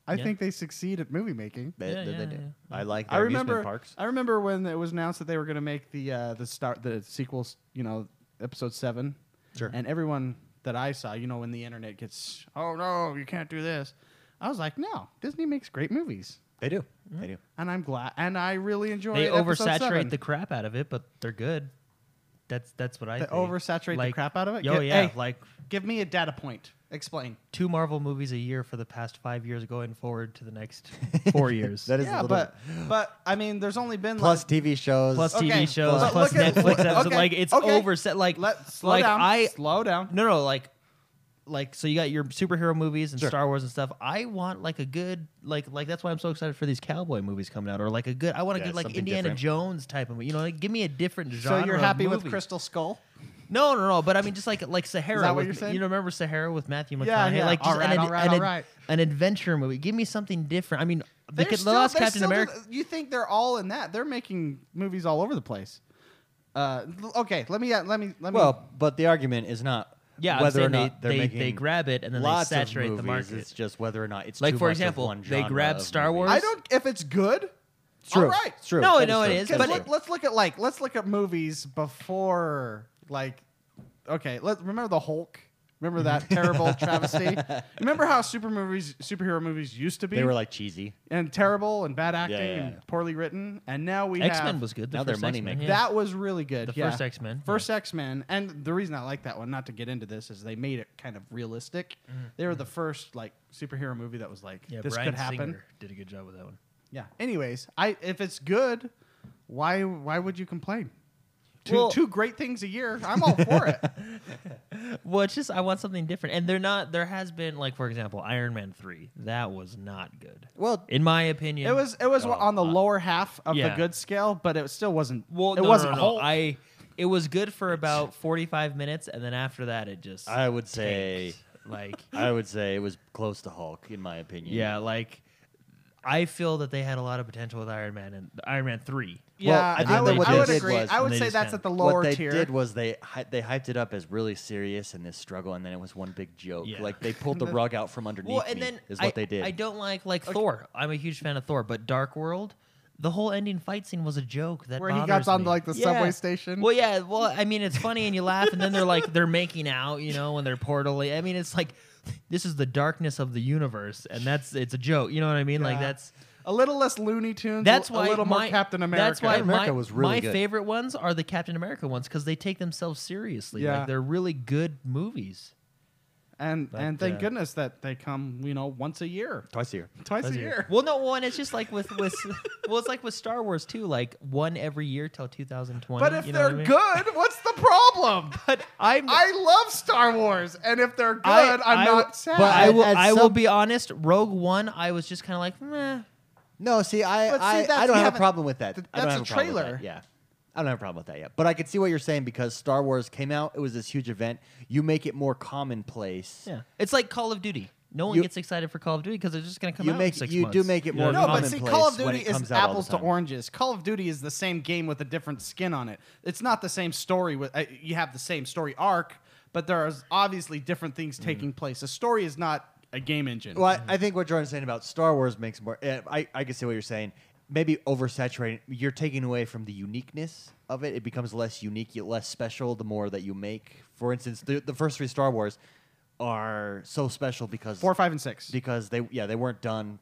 I
Yeah.
think they succeed at movie making.
They,
Yeah,
they- they
yeah,
do.
yeah.
I like.
I
Their amusement
remember
parks.
I remember when it was announced that they were gonna make the uh, the start the sequels. You know, episode seven.
Sure.
And everyone that I saw, you know, when the internet gets, oh no, you can't do this. I was like, no, Disney makes great movies,
They do.
Mm-hmm.
They do.
and I'm glad, and I really enjoy.
They
episode
oversaturate
seven.
the crap out of it, but they're good. That's that's what I
They
think.
oversaturate the
Like-
crap out of it?
Oh
Get-
yeah,
hey.
like
Give me a data point. Explain.
two Marvel movies a year for the past five years, going forward to the next four years.
That is a
Yeah,
little
but but I mean, there's only been
plus
like,
TV shows.
plus
Okay,
TV shows,
but
plus
look at-
Netflix
look-
episodes.
okay,
Like it's
okay.
overset. Like
Let slow
like
down.
I
slow down.
no no like like so you got your superhero movies and
Sure.
Star Wars and stuff. I want like a good like like that's why I'm so excited for these cowboy movies coming out or like a good I want a
Yeah,
good like
something
Indiana
different.
Jones type of movie. You know, like give me a different genre.
So you're
of
happy with
movie.
Crystal Skull?
No, no, no. But I mean, just like like Sahara.
Is that what
with-
you're saying?
You know, remember Sahara with Matthew McConaughey?
Yeah, yeah.
Like just
All right,
an, ad-
all right,
an,
all
ad-
right.
an adventure movie. Give me something different. I mean, the,
They're
the
still-
last
they
Captain
still do
America.
th- you think they're all in that? They're making movies all over the place. Uh, l- okay, let me uh, let me let me.
Well, but the argument is not
Yeah, I'm
whether or
saying they-
not are
they-
making
they grab it and then they
lots of
saturate the
movies.
market.
It's just whether or not it's
Like,
too
for
much of
example,
one
they
genre
grab
of
Star
movies.
Wars.
I don't. If it's good,
It's true.
all right.
It's true.
No,
That
no,
true.
it is,
That
Because
but-
true.
let, us look at like let's look at movies before like okay. Let remember the Hulk. Remember that terrible travesty. Remember how super movies, superhero movies used to be.
they were like cheesy.
and terrible and bad acting
yeah, yeah.
and poorly written. And now we
X Men
have-
was good. The
now they're
first
money
X-Men,
making.
yeah.
That was really good.
The
yeah.
first X-Men,
First X Men, and the reason I like that one, not to get into this, is they made it kind of realistic. They were the first like superhero movie that was like
Mm-hmm. Yeah,
this
Bryan
could happen.
Singer did a good job with that one.
Yeah. Anyways, I if it's good, why why would you complain? Two
Well-
two great things a year. I'm all for it.
Well, it's just I want something different, and they're not. There has been like, for example, Iron Man three. That was not good,
Well,
in my opinion.
It was it was
Oh,
on the
uh,
lower half of the
yeah.
good scale, but it still wasn't.
Well,
it
no, no,
wasn't
no, no.
whole.
I. It was good for about forty five minutes, and then after that, it just.
I would say-
tanked. like
I would say it was close to Hulk, in my opinion.
yeah, like I feel that they had a lot of potential with Iron Man and Iron Man three.
yeah,
well, I
I,
think that
would,
what
I
they
would
did
agree.
was-
I would
they
say
just
that's
kinda-
at the
What
lower
they
tier.
did was they hy- they hyped it up as really serious and this struggle, and then it was one big joke.
Yeah.
Like they pulled the
And then-
rug out from underneath.
Well, and
me,
then
is
I,
what they did.
I don't like like Thor. I'm a huge fan of Thor, but Dark World, the whole ending fight scene was a joke that
Where he got
bothers
on,
me.
like, the subway station?
Well, yeah. Well, I mean, it's funny and you laugh, and then they're like they're making out, you know, when they're portally. I mean, it's like this is the darkness of the universe, and that's it's a joke. You know what I mean? Like
Yeah.
that's
a little less Looney Tunes.
that's
a
why
little
my,
more Captain America.
That's why
Captain America
my,
was really
my
good.
favorite ones are the Captain America ones because they take themselves seriously.
Yeah.
Like they're really good movies.
and
But,
and thank
uh,
goodness that they come, you know, once a year,
Twice a year.
twice a
Does
year.
it? Well, no, one. It's just like with with well, it's like with Star Wars too. Like one every year till 2020.
But if
you know
they're
what I mean?
good, what's the problem?
but I'm.
I love Star Wars, and if they're good,
I-
I, am
I-
not sad.
but
I will.
At
I will
some-
be honest. Rogue One. I was just kind of like, meh.
No, see, I
But see,
I,
that's-
I don't
we
have a
haven't-
problem with that.
th-
I don't
that's
have
a
problem with
trailer.
that, Yeah, I don't have a problem with that yet. But I could see what you're saying because Star Wars came out. It was this huge event. You make it more commonplace.
Yeah. It's like Call of Duty. No one
You-
gets excited for Call of Duty because it's just going to come
you
out.
make
in six
you do
months.
make it
You
more
know
no,
what I mean?
but see, Call of
commonplace when
Duty
it
is
comes out all the
apples to
time.
oranges. Call of Duty is the same game with a different skin on it. It's not the same story. With uh, you have the same story arc, but there are obviously different things taking place. A story is not a game engine.
Well, I, I think what Jordan's saying about Star Wars makes more. eh, I I can see what you're saying. Maybe oversaturating. You're taking away from the uniqueness of it. It becomes less unique, yet less special. The more that you make, for instance, the, the first three Star Wars are so special because
Four, five, and six.
Mm-hmm.
because they yeah they weren't done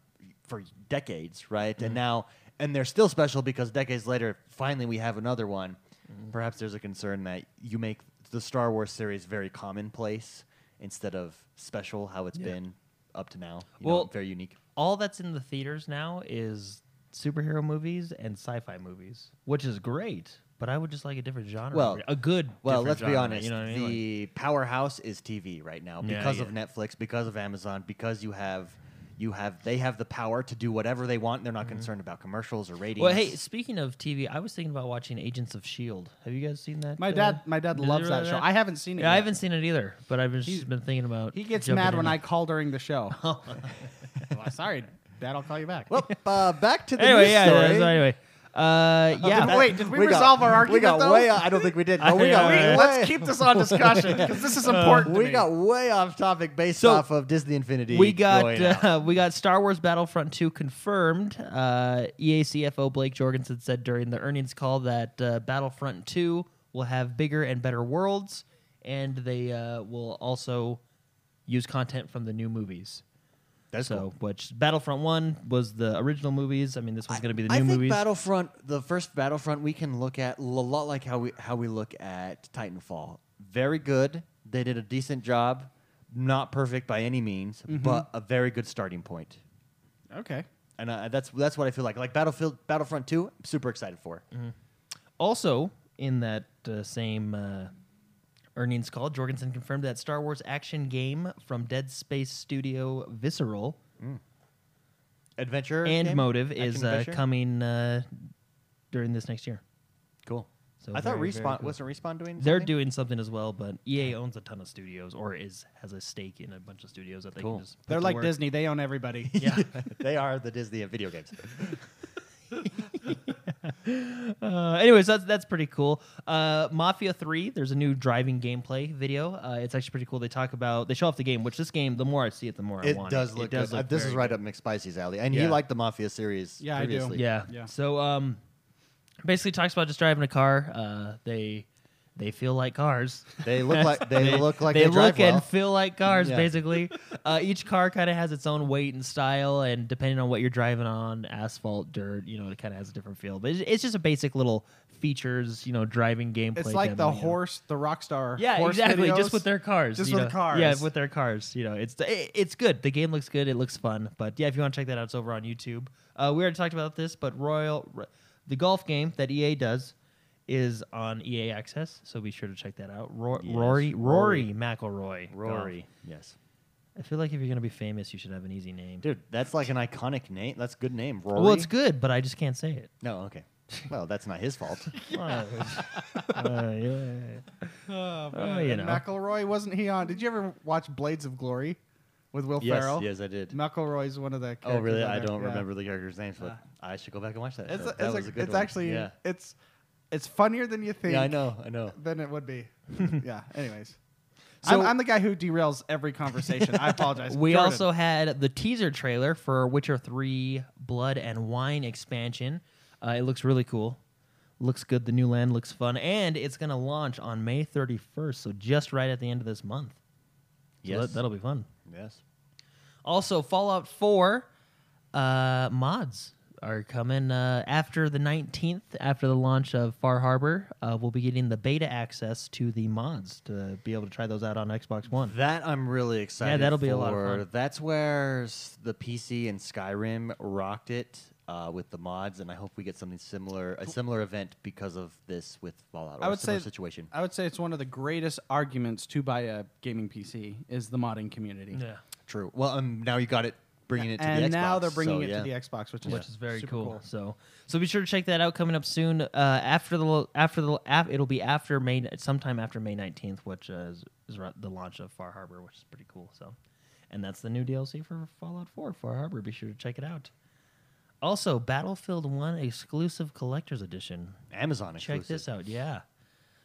for decades right and now and they're still special because decades later, finally we have another one.
Mm-hmm.
Perhaps there's a concern that you make the Star Wars series very commonplace instead of special, how it's been up to now. You know,
Well-
very unique.
all that's in the theaters now is superhero movies and sci-fi movies, which is great. But I would just like a different genre.
Well-
a good.
Well,
different
let's be
genre,
honest.
You know what I mean? Like-
The powerhouse is TV right now
Yeah,
because
yeah.
of Netflix, because of Amazon, because you have, you have, they have the power to do whatever they want. They're not concerned about commercials or ratings.
Mm-hmm. well, hey, speaking of TV, I was thinking about watching Agents of Shield. E Have you guys seen that?
My
uh,
dad, my dad
did you
loves
really
that show. I haven't seen it.
Yeah, I
yet.
haven't seen it either, but I've just
He's-
been thinking about.
He gets
jumping
mad
in Oh.
when
it.
I call during the show. well, sorry, Dad. I'll call you back.
well, uh, back to the
Anyway,
news
yeah.
story.
yeah, so anyway, uh,
Oh,
did
yeah.
we- wait, did we
got-
resolve our argument,
We got
though?
way. I don't think we did. No, we
Yeah,
got
we-
way-
let's keep this on discussion because this is important. to
We
me.
got way off topic based
So,
off of Disney Infinity.
we got
going out.
uh, we got Star Wars Battlefront 2 confirmed. Uh, EA CFO Blake Jorgensen said during the earnings call that uh, Battlefront 2 will have bigger and better worlds, and they uh, will also use content from the new movies.
That's
so,
cool.
which Battlefront 1 was the original movies. I mean, this one's going to be the
I
new
think
movies.
Battlefront, the first Battlefront, we can look at a lot like how we how we look at Titanfall. Very good. They did a decent job. Not perfect by any means,
Mm-hmm.
but a very good starting point.
okay.
And uh, that's that's what I feel like. Like Battlefield, Battlefront Two, I'm super excited for.
Mm-hmm. Also, in that uh, same uh, earnings call, Jorgensen confirmed that Star Wars action game from Dead Space studio Visceral
Adventure
and
game?
Motive
Action
is uh,
adventure?
coming uh, during this next year.
Cool.
So
I thought
very, very
respawn
cool.
wasn't respawn doing.
They're
something?
doing something as well, but EA owns a ton of studios or is has a stake in a bunch of studios that they
Cool.
can just. put
They're
to
like
work.
Disney. They own everybody.
Yeah.
they are the Disney of video games.
Uh, anyways, that's that's pretty cool. Uh, Mafia Three, there's a new driving gameplay video. Uh, it's actually pretty cool. They talk about they show off the game, which this game, the more I see it, the more I
It
want.
does look
It does
good. Uh,
look
this is
very
right up McSpicy's alley, and he
Yeah.
liked the Mafia series.
Yeah, I do.
previously.
Yeah.
Yeah.
So um, basically talks about just driving a car. Uh, they they feel like cars.
They look like they, look like
they,
they,
look
drive well.
and feel like cars.
Yeah.
Basically, uh, each car kind of has its own weight and style, and depending on what you're driving on, asphalt, dirt, you know, it kind of has a different feel. But it's, it's just a basic little features, you know, driving gameplay.
It's like the
demo, you know.
horse, the rock star.
Yeah,
horse
exactly.
videos.
Just with their cars.
Just
you
with
know.
cars.
Yeah, with their cars. You know, it's it, it's good. The game looks good. It looks fun. But yeah, if you want to check that out, it's over on YouTube. Uh, we already talked about this, but Royal, R- the golf game that EA does, is on EA Access. So be sure to check that out. Ro-
Yes,
Rory,
Rory.
Rory McIlroy.
Rory.
Golf.
Oh, Yes.
I feel like if you're gonna be famous, you should have an easy name.
Dude, that's like an iconic name. That's a good name. Rory.
Well, it's good, but I just can't say it.
No, okay. Well, that's not his fault.
Uh, yeah.
Oh,
Oh, you
and
know.
McElroy wasn't he on? Did you ever watch Blades of Glory with Will Ferrell?
I did.
McElroy's one of the.
Oh, really?
characters on
I
there.
don't
Yeah.
remember the character's names, but I should go back and watch that.
It's
That-
a-
that
it's,
was
a-
Uh, a good
it's
one.
actually
Yeah.
it's it's funnier than you think.
Yeah, I know. I know.
Than it would be. yeah. Anyways.
So-
I'm, I'm the guy who derails every conversation. I apologize.
We
Jordan.
also had the teaser trailer for Witcher 3 Blood and Wine expansion. Uh, it looks really cool. Looks good. The new land looks fun. And it's going to launch on May 31st, so just right at the end of this month. So
Yes.
that- that'll be fun.
Yes.
Also, Fallout 4 uh, mods are coming uh, after the 19th, after the launch of Far Harbor. Uh, we'll be getting the beta access to the mods to be able to try those out on Xbox One.
That I'm really excited.
that'll be a lot of
for.
fun.
That's where s- the PC and Skyrim rocked it uh, with the mods, and I hope we get something similar, a similar event because of this with Fallout. Or
I
a
would
similar
say
situation.
I would say it's one of the greatest arguments to buy a gaming PC is the modding community.
Yeah.
True. Well, um, now you got it, bringing it to
and
the Xbox.
now they're bringing
so,
it
yeah.
to the Xbox, which is
which is very
super
cool. So, so be sure to check that out coming up soon. Uh, after the after the af, it'll be after May, sometime after May nineteenth, which uh, is, is ra- the launch of Far Harbor, which is pretty cool. So, and that's the new DLC for Fallout Four, Far Harbor. Be sure to check it out. Also, Battlefield One exclusive collector's edition.
Amazon exclusive.
Check this out, yeah.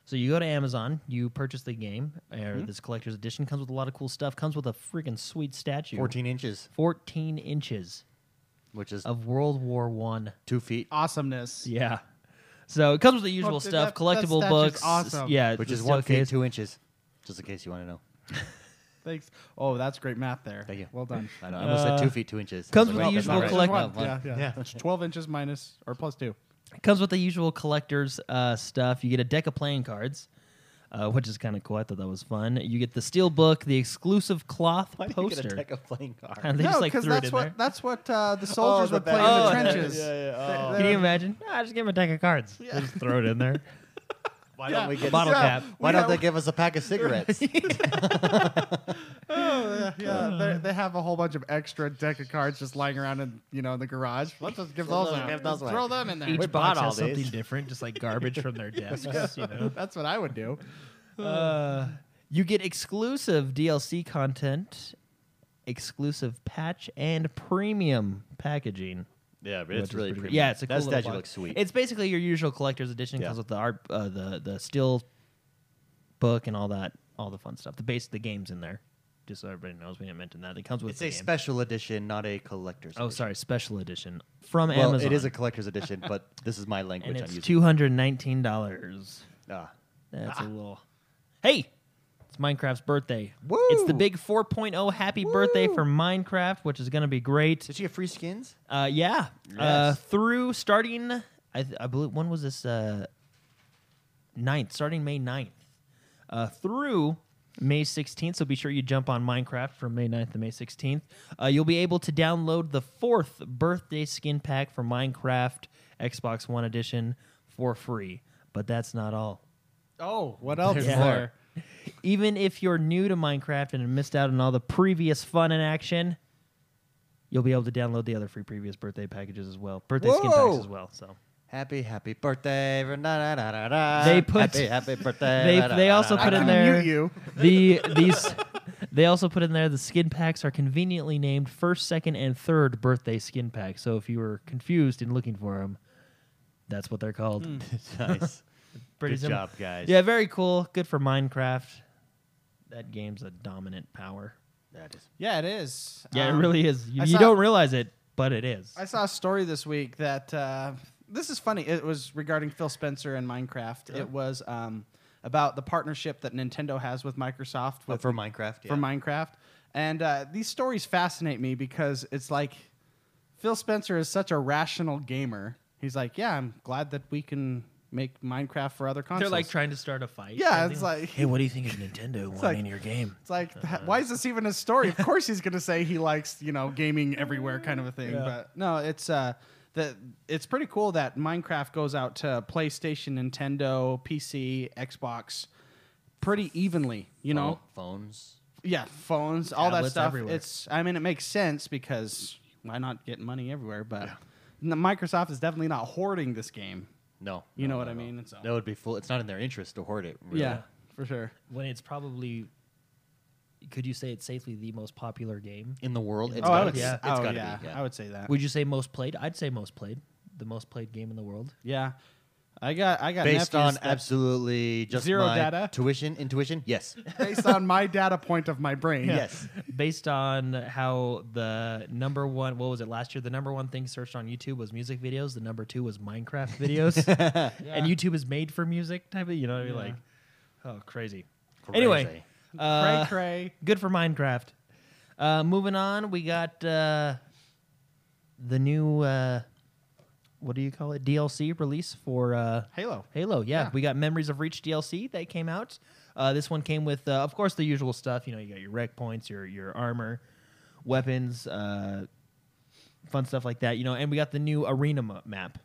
So you go to Amazon, you purchase the game, or this collector's edition comes with a lot of cool stuff. Comes with a freaking sweet statue,
14 inches,
14 inches
which is
of uh, World War One
two feet,
Awesomeness.
yeah. So it comes with the usual
dude, that-
stuff,
that
collectible
statue's
books.
awesome.
Yeah,
which
the
is one feet,
showcase.
two inches, just in case you want to know.
Thanks. Oh, that's great math there.
Thank you.
Well done.
I, know, I almost said two
Uh,
feet, two inches.
comes
That's
with
right.
the
That's
usual
not right.
collect-
Well,
Well,
yeah, yeah.
yeah.
That's 12 inches minus or plus two.
It comes with the usual collector's uh, stuff. You get a deck of playing cards, uh, which is kind of cool. I thought that was fun. You get the steel book, the exclusive cloth
Why do you get a
poster.
deck of playing cards?
And they just like threw it
that's
in
what
there.
that's what uh, the soldiers
Oh, the
would play in
back-
the
Oh, that
trenches.
is- yeah, yeah,
They-
oh.
they
Can you
would-
imagine? Ah, just give him a deck of cards. They Just throw it in there.
Why
yeah.
don't we get
Bottle
yeah.
cap.
Why
We
don't they
have-
give us a pack of cigarettes?
Oh, yeah, yeah. they they have a whole bunch of extra deck of cards just lying around in you know in the garage. Let's just give
Throw
those,
those-
out.
give those
Just
away.
Throw them in there.
Each
We bought
box has
all
something
these.
different, just like garbage from their desks. You know.
That's what I would do.
Uh, you get exclusive DLC content, exclusive patch, and premium packaging.
yeah, but
which
it's
is
really
pretty-
pretty.
Yeah, it's a
that
cool little
statue
box.
looks sweet.
It's basically your usual collector's edition.
Yeah.
Comes with the art, uh, the the steel book, and all that, all the fun stuff. The base, the game's in there. Just so everybody knows, we didn't mention that. It comes with
It's
the
a
game.
special edition, not a collector's.
Oh,
edition.
sorry, special edition from
Well,
Amazon.
it is a collector's edition, but this is my language.
and
I'm
it's
using.
two hundred nineteen dollars.
Ah.
That's a little. Hey, it's Minecraft's birthday. It's the
Woo!
big 4.0 happy birthday for Minecraft, which is going to be great.
Did you get free skins?
Uh, yeah. Uh,
Yes.
through starting, I, th- I believe, when was this? Uh, 9th, starting May 9th. Uh, through May 16th, so be sure you jump on Minecraft from May 9th to May 16th. Uh, you'll be able to download the fourth birthday skin pack for Minecraft Xbox One Edition for free. But that's not all.
Oh, what else
There's
is
more.
there?
Even if you're new to Minecraft and have missed out on all the previous fun and action, you'll be able to download the other free previous birthday packages as well. Birthday skin packs
Whoa!
as well. So
Happy, happy birthday. da, da, da, da, da.
They put-
happy, happy birthday.
they-
da, da,
they
da,
also
da,
put
da,
in
da.
there-
Mute you.
the these they also put in there the skin packs are conveniently named first, second, and third birthday skin packs. So if you were confused in looking for them, that's what they're called.
nice.
Pretty
Hmm, Good
simple.
job, guys.
Yeah, very cool. Good for Minecraft. That game's a dominant power.
That is.
Yeah, it is.
Yeah,
Um,
it really is. You,
I
you
saw-
don't realize it, but it is.
I saw a story this week that uh, this is funny. It was regarding Phil Spencer and Minecraft. It was um, about the partnership that Nintendo has with Microsoft
But
with
for Minecraft. Yeah.
for Minecraft. And uh, these stories fascinate me because it's like Phil Spencer is such a rational gamer. He's like, yeah, I'm glad that we can make Minecraft for other
They're
consoles.
like trying to start a fight.
yeah, it's like.
hey, what do you think of Nintendo wanting
like-
your game?
It's like, that- why is this even a story? Of course, he's going to say he likes, you know, gaming everywhere, kind of a thing. But no, it's uh, the it's pretty cool that Minecraft goes out to PlayStation, Nintendo, PC, Xbox, pretty evenly. You know,
phones.
yeah, phones, all that
Tablets
stuff.
everywhere.
It's I mean, it makes sense because why not get money everywhere? But n- Microsoft is definitely not hoarding this game.
No.
You
no,
know what
no,
I
no.
mean? It's-
that would be full. It's not in their interest to hoard it. Really.
Yeah, for sure.
When it's probably, could you say it's safely the most popular game?
In the world, it's
oh, I
gotta
would,
be.
s-
It's
oh,
gotta
yeah,
be.
I would say that.
Would you say most played? I'd say most played. The most played game in the world.
yeah, I got I got
Based on
nephews that-
absolutely just
Zero
my
data?
tuition, intuition. Yes.
based on my data point of my brain.
Yes.
Based on how the number one, what was it last year? The number one thing searched on YouTube was music videos. The number two was Minecraft videos. And YouTube is made for music type of, you know what I mean?
Yeah.
Like, oh, crazy. Anyway,
Crazy.
uh,
cray cray.
good for Minecraft. Uh, moving on, we got uh, the new uh, what do you call it DLC release for uh,
Halo.
Halo. Yeah.
Yeah.
we got Memories of Reach DLC that came out. Uh, this one came with, uh, of course, the usual stuff. You know, you got your rec points, your your armor, weapons, uh, fun stuff like that. You know, and we got the new arena ma- map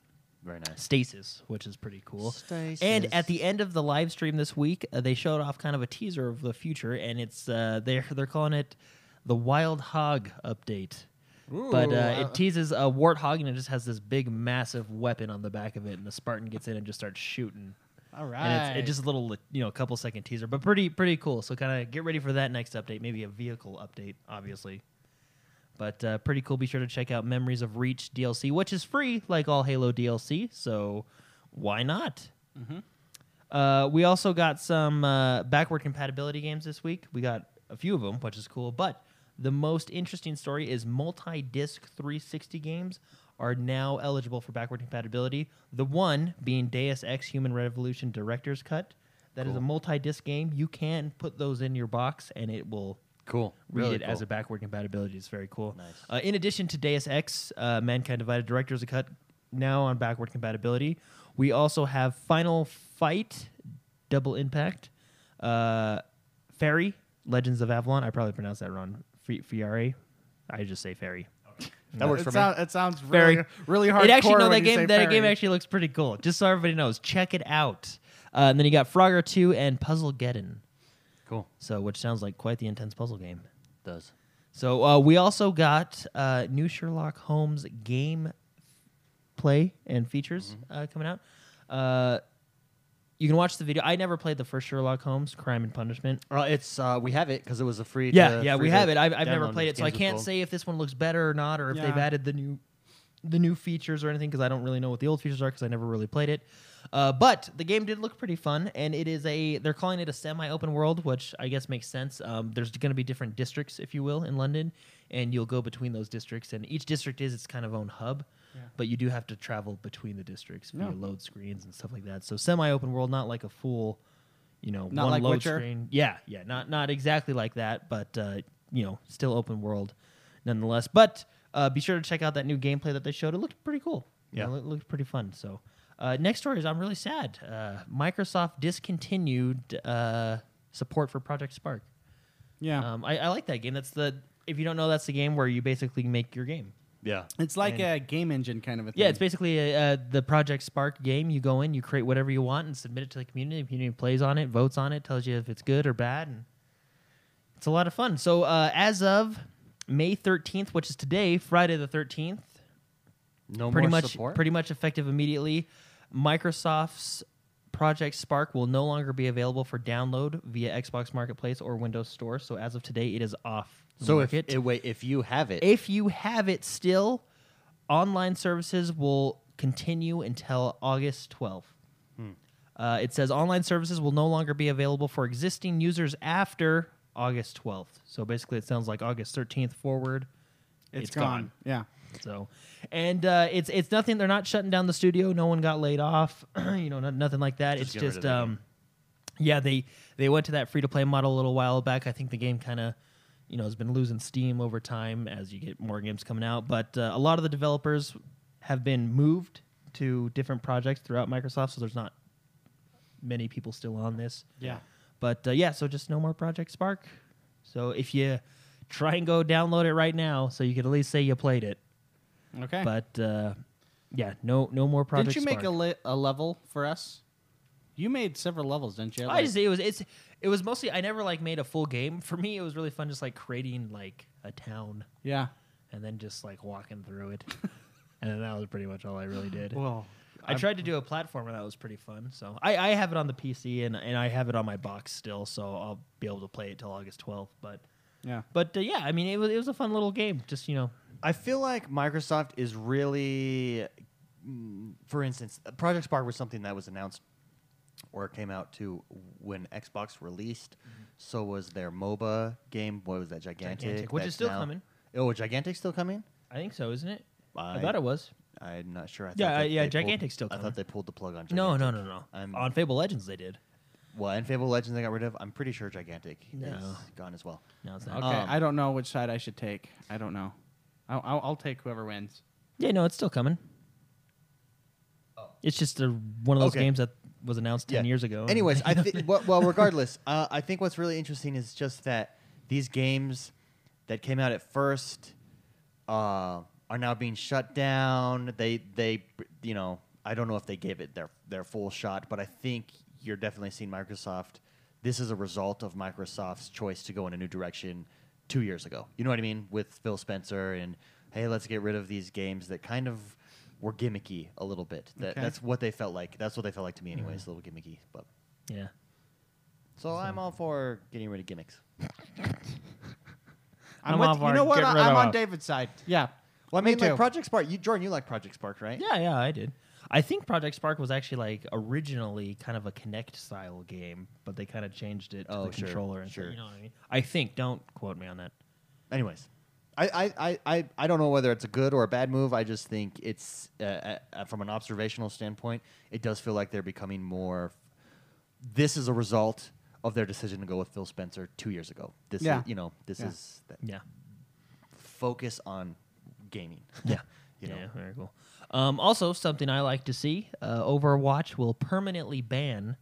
Very nice.
stasis which is pretty cool and
Stasis.
at the end of the live stream this week uh, they showed off kind of a teaser of the future and it's uh, they're they're calling it the wild hog update but
Ooh, uh-huh.
uh,
I-
it teases a warthog and it just has this big massive weapon on the back of it and the spartan gets in and just starts shooting
All right.
and it's it just a little you know a couple second teaser but pretty pretty cool so kind of get ready for that next update maybe a vehicle update obviously but uh, pretty cool be sure to check out memories of reach dlc which is free like all halo dlc so why not uh, we also got some uh, backward compatibility games this week we got a few of them which is cool but the most interesting story is multi-disc 360 games are now eligible for backward compatibility the one being deus ex human revolution director's cut that is a multi-disc game you can put those in your box and it will
Cool.
read
Really
it as
cool.
a backward compatibility. It's very cool.
Nice.
Uh, in addition to Deus Ex, uh, Mankind Divided Directors a cut now on backward compatibility. We also have Final Fight, Double Impact, uh, Fairy, Legends of Avalon. I probably pronounced that wrong. F- Fiare. I just say Fairy.
That works
it
for me.
sound- It sounds
Very,
really, really hard.
It actually no,
when
that
you say
game that
fairy.
game actually looks pretty cool. Just so everybody knows, check it out. Uh, and then you got Frogger Two and Puzzle Geddon.
Cool.
So, which sounds like quite the intense puzzle game.
Does.
So uh, we also got uh, new Sherlock Holmes game play and features uh, coming out. Uh, you can watch the video. I never played the first Sherlock Holmes Crime and Punishment.
Uh, it's uh, we have it because it was a free.
Yeah,
to-
yeah,
free
we
to
have it. I've, I've never
download.
played it,
These
so I
games are
can't
cool.
say if this one looks better or not, or if they've
Yeah.
added the new the new features or anything because I don't really know what the old features are because I never really played it. Uh, but the game did look pretty fun, and it is a they're calling it a semi-open world, which I guess makes sense. Um, there's going to be different districts, if you will, in London, and you'll go between those districts, and each district is its kind of own hub. But you do have to travel between the districts via
Yeah.
load screens and stuff like that. So semi-open world, not like a full, you know,
Not
one
like
load
Witcher?
screen and yeah, yeah, not not exactly like that, but uh, you know, still open world nonetheless. But uh, be sure to check out that new gameplay that they showed. It looked pretty cool. You
Yeah.
know, it looked pretty fun. So uh, next story is I'm really sad. Uh, Microsoft discontinued uh, support for Project Spark.
yeah.
Um, I, I like that game. That's the if you don't know, that's the game where you basically make your game.
Yeah.
it's like
and-
a game engine kind of a thing.
Yeah, it's basically a, uh, the Project Spark game. You go in, you create whatever you want, and submit it to the community. The community plays on it, votes on it, tells you if it's good or bad, and it's a lot of fun. So uh, as of May thirteenth, which is today, Friday the thirteenth,
No
pretty
more
much
support.
pretty much effective immediately. Microsoft's Project Spark will no longer be available for download via Xbox Marketplace or Windows Store. So as of today, it is off. the
so if
market.
it, wait, if you have it,
If you have it still, online services will continue until August 12th. Uh, it says online services will no longer be available for existing users after August 12th. So basically, it sounds like August 13th forward.
it's gone. Yeah.
So, and uh, it's it's nothing. They're not shutting down the studio. No one got laid off. you know, no, nothing like that.
Just
it's
get rid of
just
the
um, yeah, they they went to that free to play model a little while back. I think the game kind of you know has been losing steam over time as you get more games coming out. But uh, a lot of the developers have been moved to different projects throughout Microsoft. So there's not many people still on this.
Yeah.
But uh, yeah, so just no more Project Spark. So if you try and go download it right now, so you can at least say you played it.
Okay.
But uh, yeah, no, no more Project.
didn't you make a,
Spark.
le- a level for us? You made several levels, didn't you?
I just it was it's it was mostly I never like made a full game. For me, it was really fun just like creating like a town
yeah.
and then just like walking through it, and then that was pretty much all I really did.
Well,
I tried to do a platformer that was pretty fun. So I, I have it on the PC and and I have it on my box still, so I'll be able to play it till August twelfth. But
Yeah.
but uh, yeah, I mean it was it was a fun little game. Just you know
I feel like Microsoft is really, mm, for instance, Project Spark was something that was announced or came out to when Xbox released.
Mm-hmm.
So was their MOBA game. What was that? Gigantic,
Gigantic, which is
that's
still
now-
coming.
Oh, Gigantic's still coming.
I think so, isn't it? I
I-
thought it was.
I'm not sure. I thought
Yeah,
they-
uh, yeah,
they pulled-
Gigantic's still
I
coming.
thought they pulled the plug on. Gigantic.
No, no, no, no.
I'm-
On Fable Legends, they did.
Well, and Fable Legends they got rid of. I'm pretty sure Gigantic
No.
is gone as well.
No, it's
Okay.
not.
Um,
Uh, I don't know which side I should take. I don't know. I'll, I'll, I'll take whoever wins.
yeah, no, it's still coming. It's just a, one of those
Okay.
games that was announced ten
Yeah.
years ago. and-
Anyways, I thi- well, well, regardless, uh, I think what's really interesting is just that these games that came out at first uh, are now being shut down. They they you know I don't know if they gave it their their full shot, but I think you're definitely seeing Microsoft. This is a result of Microsoft's choice to go in a new direction two years ago. You know what I mean with Phil Spencer and hey, let's get rid of these games that kind of were gimmicky a little bit. That,
Okay.
That's what they felt like. That's what they felt like to me, anyways. A little gimmicky, but
yeah,
so I'm all for getting rid of gimmicks.
I'm
with,
off
you
our
know what?
get
I,
rid
I'm
of
on
us.
David's side. Yeah.
Well, I
Me
mean, like
too.
Project Spark. You, Jordan, you like Project Spark, right?
yeah, yeah. I did. I think Project Spark was actually like originally kind of a Kinect style game, but they kind of changed it to
Oh,
the
sure,
controller and
sure.
you know what I mean. I think. Don't quote me on that.
Anyways, I, I, I, I, I don't know whether it's a good or a bad move. I just think it's uh, uh, uh, from an observational standpoint, it does feel like they're becoming more. This is a result of their decision to go with Phil Spencer two years ago. This
Yeah.
is, you know, this
Yeah.
is that
Yeah.
focus on gaming.
Yeah.
You know.
Yeah, very cool. Um, also, something I like to see uh, Overwatch will permanently ban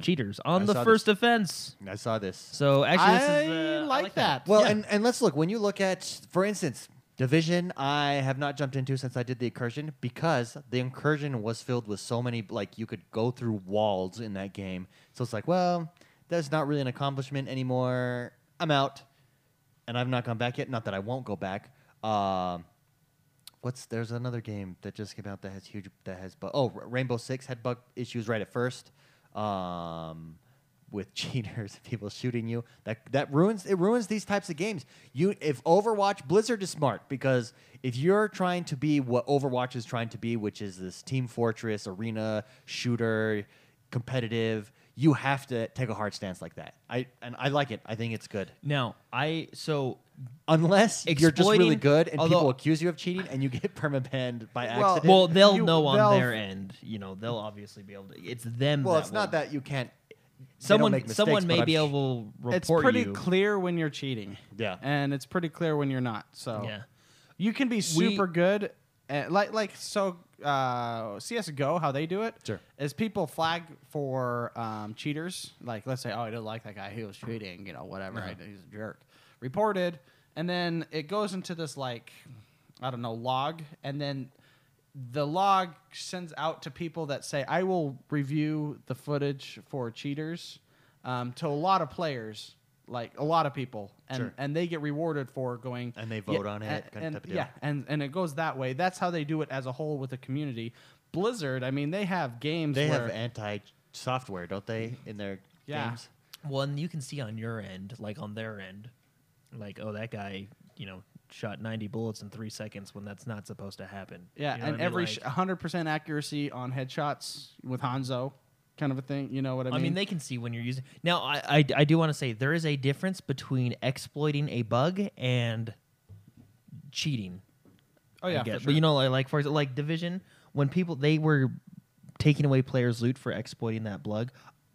cheaters on
I
the
saw
first offense.
I saw this.
So, actually, this is,
I
uh,
like that.
Well,
Yeah.
and, and let's look. When you look at, for instance, Division, I have not jumped into since I did the incursion because the incursion was filled with so many, like, you could go through walls in that game. So it's like, well, that's not really an accomplishment anymore. I'm out. And I've not gone back yet. Not that I won't go back. Um, what's there's another game that just came out that has huge that has bug. Oh, Ra- Rainbow Six had bug issues right at first, um, with cheaters and people shooting you. That that ruins it ruins these types of games. You if Overwatch Blizzard is smart because if you're trying to be what Overwatch is trying to be, which is this team fortress arena shooter, competitive. You have to take a hard stance like that. I and I like it. I think it's good.
Now, I. So,
Unless you're just really
Exploiting-
good and
although-
people accuse you of cheating and you get permabanned by
Well,
accident.
well, they'll
you-
know on
they'll-
their end. You know, they'll obviously be able to. It's them.
Well,
that
it's not
will-
that you can't. they don't
Someone,
make mistakes,
someone
but
may
I'm
be
sh-
able to
it's
report
pretty
you.
clear when you're cheating.
Yeah.
and it's pretty clear when you're not. So
Yeah.
you can be super good, at, like like so. Uh, CS:GO, how they do it is
Sure.
people flag for um, cheaters. Like let's say, oh, I didn't like that guy. He was cheating. You know, whatever.
Uh-huh.
I- he's a jerk. Reported, and then it goes into this like I don't know log, and then the log sends out to people that say, I will review the footage for cheaters um, to a lot of players, like a lot of people. And,
Sure.
and they get rewarded for going.
And they vote on it,
and-
kind of
And,
type of deal.
yeah, and, and it goes that way. That's how they do it as a whole with the community. Blizzard, I mean, they have games
They
where
have anti software, don't they, in their
Yeah.
games?
Well, and you can see on your end, like on their end, like oh that guy, you know, shot ninety bullets in three seconds when that's not supposed to happen.
Yeah,
You know what
and
I mean?
every
Like,
sh 100% accuracy on headshots with Hanzo, kind of a thing. You know what I
I
mean?
mean, they can see when you're using. Now, I I, I do want to say there is a difference between exploiting a bug and cheating.
oh,
I
yeah.
guess.
For sure.
But you know, like, like for example, like division when people they were taking away players' loot for exploiting that blug,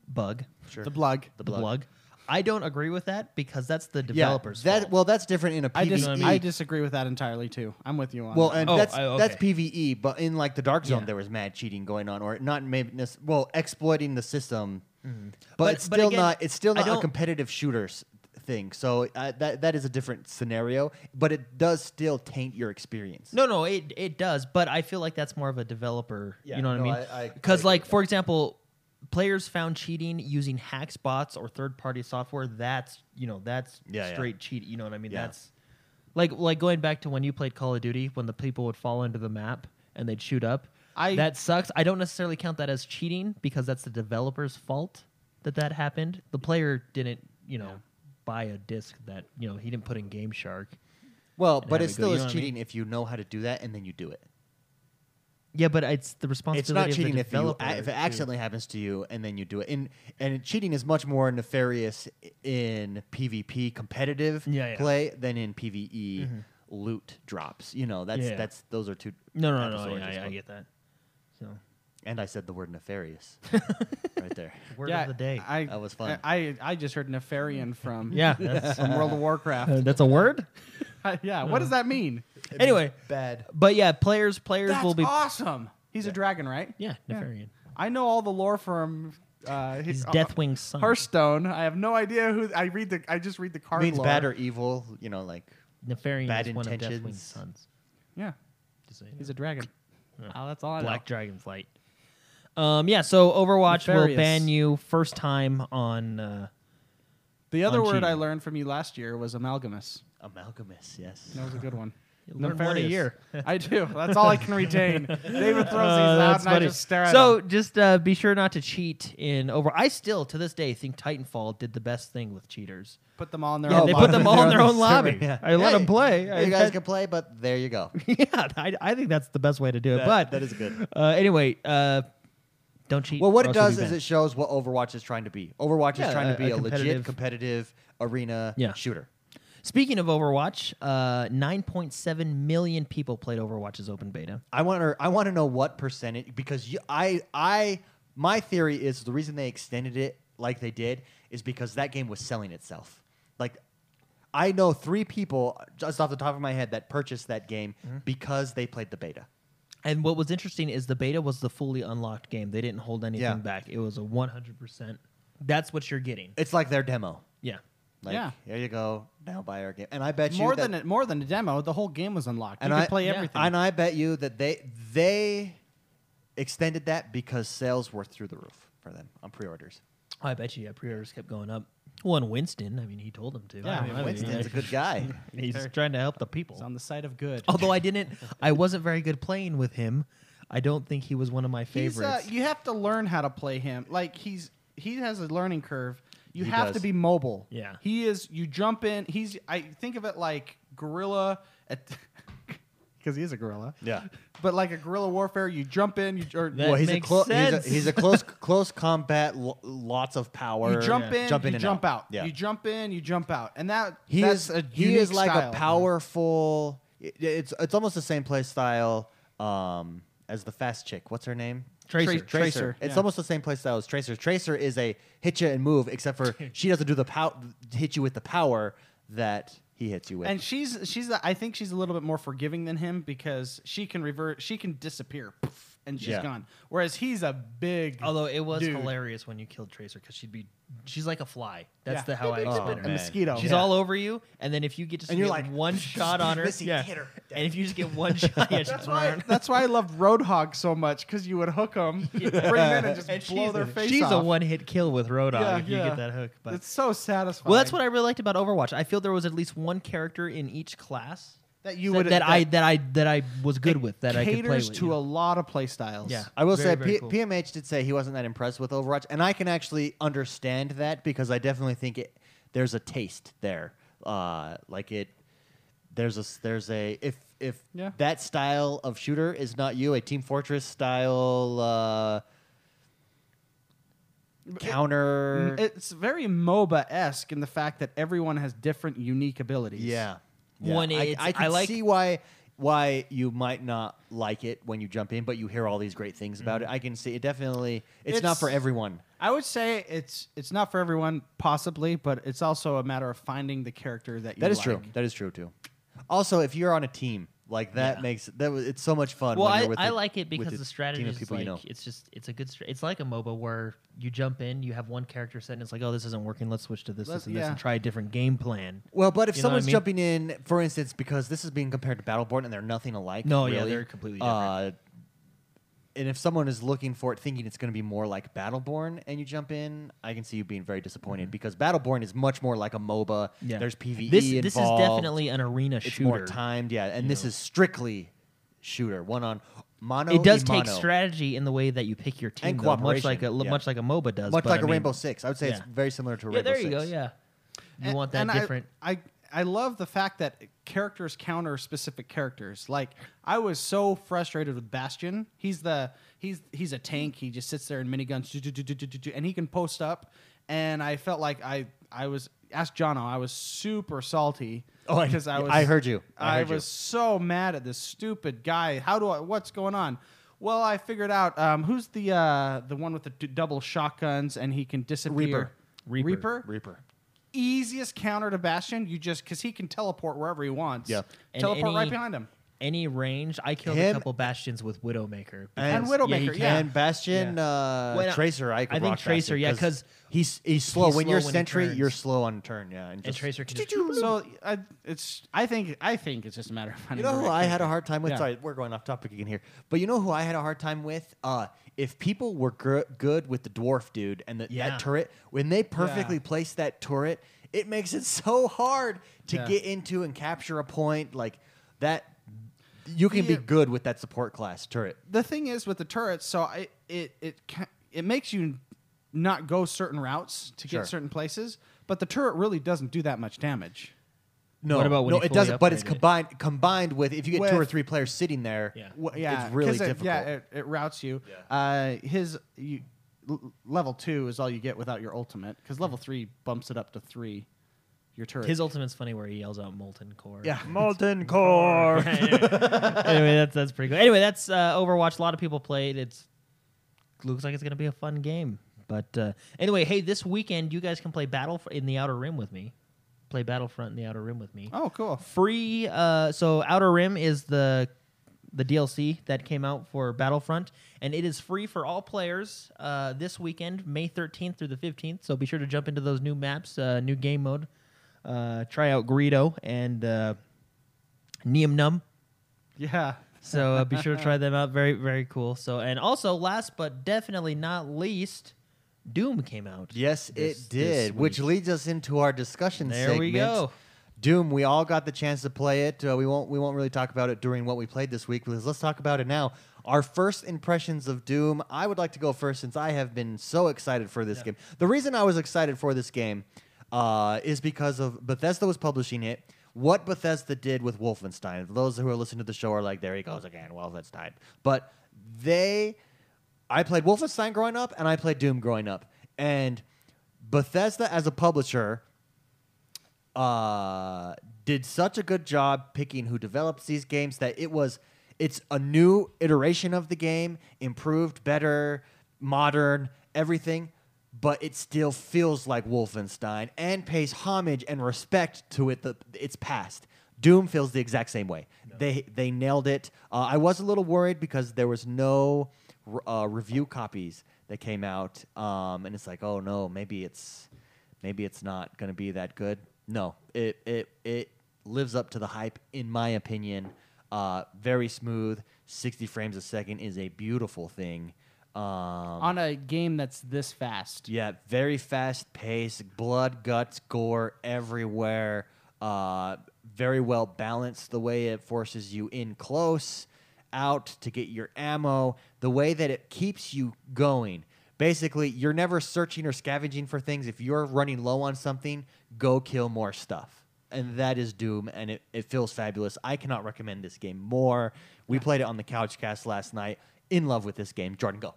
bug,
Sure.
the blug.
the,
blug.
blug. I don't agree with that because that's the developer's
yeah, that,
fault.
Well, that's different in a E PvE.
I, dis-
know what I
I
mean?
disagree with that entirely, too. I'm with you on
well,
that.
and
Oh,
that's
I-
that's
okay.
PvE, but in like the Dark Zone,
Yeah.
there was mad cheating going on, or not maybe nec- well exploiting the system, but,
Mm-hmm. But-
it's
but
still
again,
not it's still
I
not a
don't-
competitive shooters thing. So uh, that that is a different scenario, but it does still taint your experience.
No, no, it it does, but I feel like that's more of a developer.
Yeah,
you know what
no,
I
I- I- I
mean? Because
agree
like
with
for example, players found cheating using hack bots or third party software. That's you know that's
Yeah, yeah.
straight cheat. You know what I mean?
Yeah.
That's like like going back to when you played Call of Duty when the people would fall into the map and they'd shoot up.
I-
that sucks. I don't necessarily count that as cheating because that's the developer's fault that that happened. The player didn't you know buy a disc that you know he didn't put in Game Shark.
Well,
And
but
have
it
it go,
still
you
is
know what I mean?
cheating if you know how to do that and then you do it.
Yeah, but it's the responsibility.
It's not
of the
cheating if you
developer
if it
to-
accidentally happens to you and then you do it. And and cheating is much more nefarious in PvP competitive
Yeah, yeah.
play than in PvE loot drops. You know, that's
Yeah.
that's those are two.
No, no,
types of
no.
swords
yeah,
as
I, I
well.
get that. So
And I said the word nefarious right there.
word of the day.
I,
That was fun.
I, I just heard Nefarian from
yeah, that's,
from World of Warcraft.
Uh, that's a word.
yeah, what does that mean?
Anyway,
Bad.
but yeah, players players
That's
will be.
awesome. He's a dragon, right?
Yeah, Nefarian.
I know all the lore from. Uh,
He's
his,
Deathwing's son.
Hearthstone. I have no idea who. I read the. I just read the card.
means
lore.
bad or evil. You know, like
Nefarian
Bad
is one of
intentions.
Deathwing's sons.
Yeah,
Just so you
he's
know.
a dragon. Oh, that's all I
Black Dragonflight. Um, yeah, so Overwatch will
Nefarious.
ban you first time on. Uh,
know. The other
on
word I
cheating.
learned from you last year was amalgamous.
amalgamous. Yes.
That was a good one.
You learn one a
Nefarious.
year.
I do. That's all I can retain. David throws these
Uh,
out, and
that's funny.
I just stare at
so
him.
just uh, be sure not to cheat in over. I still to this day think Titanfall did the best thing with cheaters.
Put them all in their
Yeah,
own
they
box.
put them all in their own lobby.
Yeah.
I let
Hey,
them play. I
You guys
had-
can play, but there you go.
yeah, I, I think that's the best way to do it.
That-
but
that is good.
Uh, anyway, uh, don't cheat.
Well, what
or
it
else you'll
does
be
is
banned.
it shows what Overwatch is trying to be. Overwatch
Yeah,
is trying to
a-
be
a
a, legit
competitive-
competitive arena
Yeah.
shooter.
Speaking of Overwatch, uh, 9.7 million people played Overwatch's open beta.
I want to I want to know what percentage because you, I I my theory is the reason they extended it like they did is because that game was selling itself. Like, I know three people just off the top of my head that purchased that game
Mm-hmm.
because they played the beta.
And what was interesting is the beta was the fully unlocked game. They didn't hold anything
Yeah.
back. It was a 100%. That's what you're getting.
It's like their demo.
Yeah.
Like,
Yeah.
here you go. Now buy our game. And I bet you
More
that-
than a, more than a demo, the whole game was unlocked.
and
you
I
could play
yeah.
everything.
And I bet you that they they extended that because sales were through the roof for them on pre-orders.
I bet you, yeah, pre orders kept going up. Well, and Winston, I mean, he told them to.
Oh, Yeah, I mean,
I
Winston's a good guy.
He's trying to help the people.
It's on the side of good.
Although I didn't, I wasn't very good playing with him. I don't think he was one of my
He's, uh,
favorites.
you have to learn how to play him. Like he's he has a learning curve. You
He
have
does.
to be mobile.
Yeah.
he is. You jump in. He's. I think of it like gorilla, because he is a gorilla.
Yeah.
But like a gorilla warfare, you jump in. You or
That
well, he's a,
makes
clo- he's a
sense.
he's a close close combat, lo- lots of power.
you jump in. you
and
jump out.
Yeah.
You jump in. You jump out. And that
he is
that's a
he
unique
is like
style.
a powerful. i- It's it's almost the same play style um, as the fast chick. What's her name?
Tracer.
Tracer.
Tracer,
It's
yeah.
almost the same play style as Tracer. Tracer is a hit you and move, except for she doesn't do the pow- hit you with the power that he hits you with.
And she's she's a- I think she's a little bit more forgiving than him because she can revert she can disappear poof, and she's
Yeah.
gone. Whereas he's a big
Although it was
Dude.
hilarious when you killed Tracer because she'd be, she's like a fly. That's
Yeah.
the how I
Oh,
explained
a
her.
man.
mosquito.
She's
Yeah.
all over you, and then if you get just
And you're
get
like,
one shot on her,
missing,
yeah.
hit her.
and if you just get one shot, yeah, she's
That's why,
running.
that's why I love Roadhog so much because you would hook them, bring 'em in, and just
And
blow
she's,
their face
she's
off.
a one-hit kill with Rodon
Yeah,
if you
yeah.
get that hook. But
It's so satisfying.
well, that's what I really liked about Overwatch. I feel there was at least one character in each class
that you
that,
would
that I that I that I was good with that I could play
caters
with.
to
you
a
know?
lot of play styles.
Yeah.
I will
Very,
say
very
P-
cool.
PMH did say he wasn't that impressed with Overwatch, and I can actually understand that because I definitely think it, there's a taste there. Uh, like it, there's a s- there's a if if
Yeah.
that style of shooter is not you, a Team Fortress style uh, counter.
Mm, it's very MOBA esque in the fact that everyone has different unique abilities.
yeah,
One,
yeah.
it's-
I, I can
I like-
see why why you might not like it when you jump in, but you hear all these great things
Mm-hmm.
about it. I can see it definitely. it's not
It's-
for everyone.
I would say it's it's not for everyone, possibly, but it's also a matter of finding the character that you
That is
like.
true. That is true too. Also, if you're on a team, like that makes that was- it's so much fun.
Well,
when
I,
you're with
I
a-
like it
with a
because the strategy
team of
is
people
like
you know.
it's just it's a good str- it's like a MOBA where you jump in, you have one character set, and it's like oh this isn't working, let's switch to this,
Let's-
this, and this,
yeah.
and try a different game plan.
Well, but if
You know what I
someone's
mean?
jumping in, for instance, because this is being compared to Battleborn and they're nothing alike.
No, yeah,
really,
they're completely
Uh, and if someone is looking for it, thinking it's going to be more like Battleborn, and you jump in, I can see you being very disappointed
Mm-hmm.
because Battleborn is much more like a MOBA.
Yeah.
There's PVE
This
involved.
this is definitely an arena
it's
shooter.
more timed, yeah. And this is strictly shooter, one on mono.
It does
y
take
mono.
strategy in the way that you pick your team,
And
though, much like a
cooperation, yeah.
much like a MOBA does,
much
but
like
I
a
mean-
Rainbow Six. I would say it's
yeah.
very similar to a
Yeah,
Rainbow
there you
Six.
go. Yeah, you
And-
want that
and I-
different.
I, I love the fact that characters counter specific characters. Like I was so frustrated with Bastion. He's the he's he's a tank. He just sits there and miniguns, do, do, do, do, do, do, do, and he can post up. And I felt like I I was asked Jono. I was super salty.
Oh, I-
because I, was
I heard you. I
I,
heard you.
was so mad at this stupid guy. How do I? What's going on? Well, I figured out um, who's the uh, the one with the d- double shotguns, and he can disappear.
Reaper.
Reaper.
Reaper
Reaper.
easiest counter to Bastion. You just because he can teleport wherever he wants.
Yeah.
And
teleport
any-
right behind him.
Any range, I killed
Him-
a couple bastions with Widowmaker
And
because-
Widowmaker,
he
yeah.
can.
And Bastion,
Yeah.
uh,
When I-
Tracer, I could
I think
rock
Tracer,
Bastion,
yeah, 'cause
he's he's slow.
he's
when
slow
you're
when he
Sentry,
turns.
you're slow on turn. Yeah, and,
And
just-
Tracer can just
Hmm.
So I, it's I think I think it's just a matter of
You
finding.
know
the
who
right
I had a
character.
hard time with?
Yeah.
Sorry, we're going off topic again here. But you know who I had a hard time with? Uh, if people were gr- good with the dwarf dude and the,
Yeah.
that turret, when they perfectly place that turret, it makes it so hard to
Yeah.
get into and capture a point like that. You can be
Yeah.
good with that support class turret.
The thing is with the turrets, so I it it ca- it makes you not go certain routes to
Sure.
get certain places, but the turret really doesn't do that much damage.
No,
What about when
no,
you
it
fully
doesn't. But it's
upgrade it?
combined combined with if you get two
With-
or three players sitting there,
Yeah.
Wh- yeah,
it's really
'cause it-
difficult.
Yeah, it, it routes you. Uh, his you, l- level two is all you get without your ultimate because level three bumps it up to three. Your turret.
His ultimate's funny where he yells out molten core.
molten core.
anyway, that's that's pretty cool. Anyway, that's uh, Overwatch. A lot of people played. It's looks like it's gonna be a fun game. But uh, anyway, hey, this weekend you guys can play Battle in the Outer Rim with me. Play Battlefront in the Outer Rim with me.
Oh, cool.
Free. Uh, so Outer Rim is the the DLC that came out for Battlefront, and it is free for all players uh, this weekend, May 13th through the 15th. So be sure to jump into those new maps, uh, new game mode. Uh, try out Greedo and uh, Neum Num.
Yeah.
So uh, be sure to try them out. Very, very cool. So, and also, last but definitely not least, Doom came out.
Yes,
this-
it
this
did, which
week.
leads us into our discussion
There we
segment.
go.
Doom, we all got the chance to play it. Uh, we won't we won't really talk about it during what we played this week because let's talk about it now. Our first impressions of Doom. I would like to go first since I have been so excited for this game. The reason I was excited for this game uh, is because of Bethesda was publishing it. What Bethesda did with Wolfenstein. Those who are listening to the show are like, there he goes again, Wolfenstein. But they I played Wolfenstein growing up and I played Doom growing up. And Bethesda as a publisher uh, did such a good job picking who develops these games that it was it's a new iteration of the game, improved, better, modern, everything, but it still feels like Wolfenstein and pays homage and respect to it the, its past. Doom feels the exact same way. They they nailed it. Uh, I was a little worried because there was no r- uh, review copies that came out, um, and it's like, oh no, maybe it's maybe it's not going to be that good. No, it it it lives up to the hype in my opinion. Uh, very smooth, 60 frames a second is a beautiful thing. Um,
On a game that's this fast.
yeah, very fast paced, blood, guts, gore everywhere. Uh, very well balanced the way it forces you in close, out to get your ammo, the way that it keeps you going. Basically, you're never searching or scavenging for things. If you're running low on something, go kill more stuff. And that is Doom, and it, it feels fabulous. I cannot recommend this game more. We played it on the Couchcast last night. In love with this game. Jordan, go.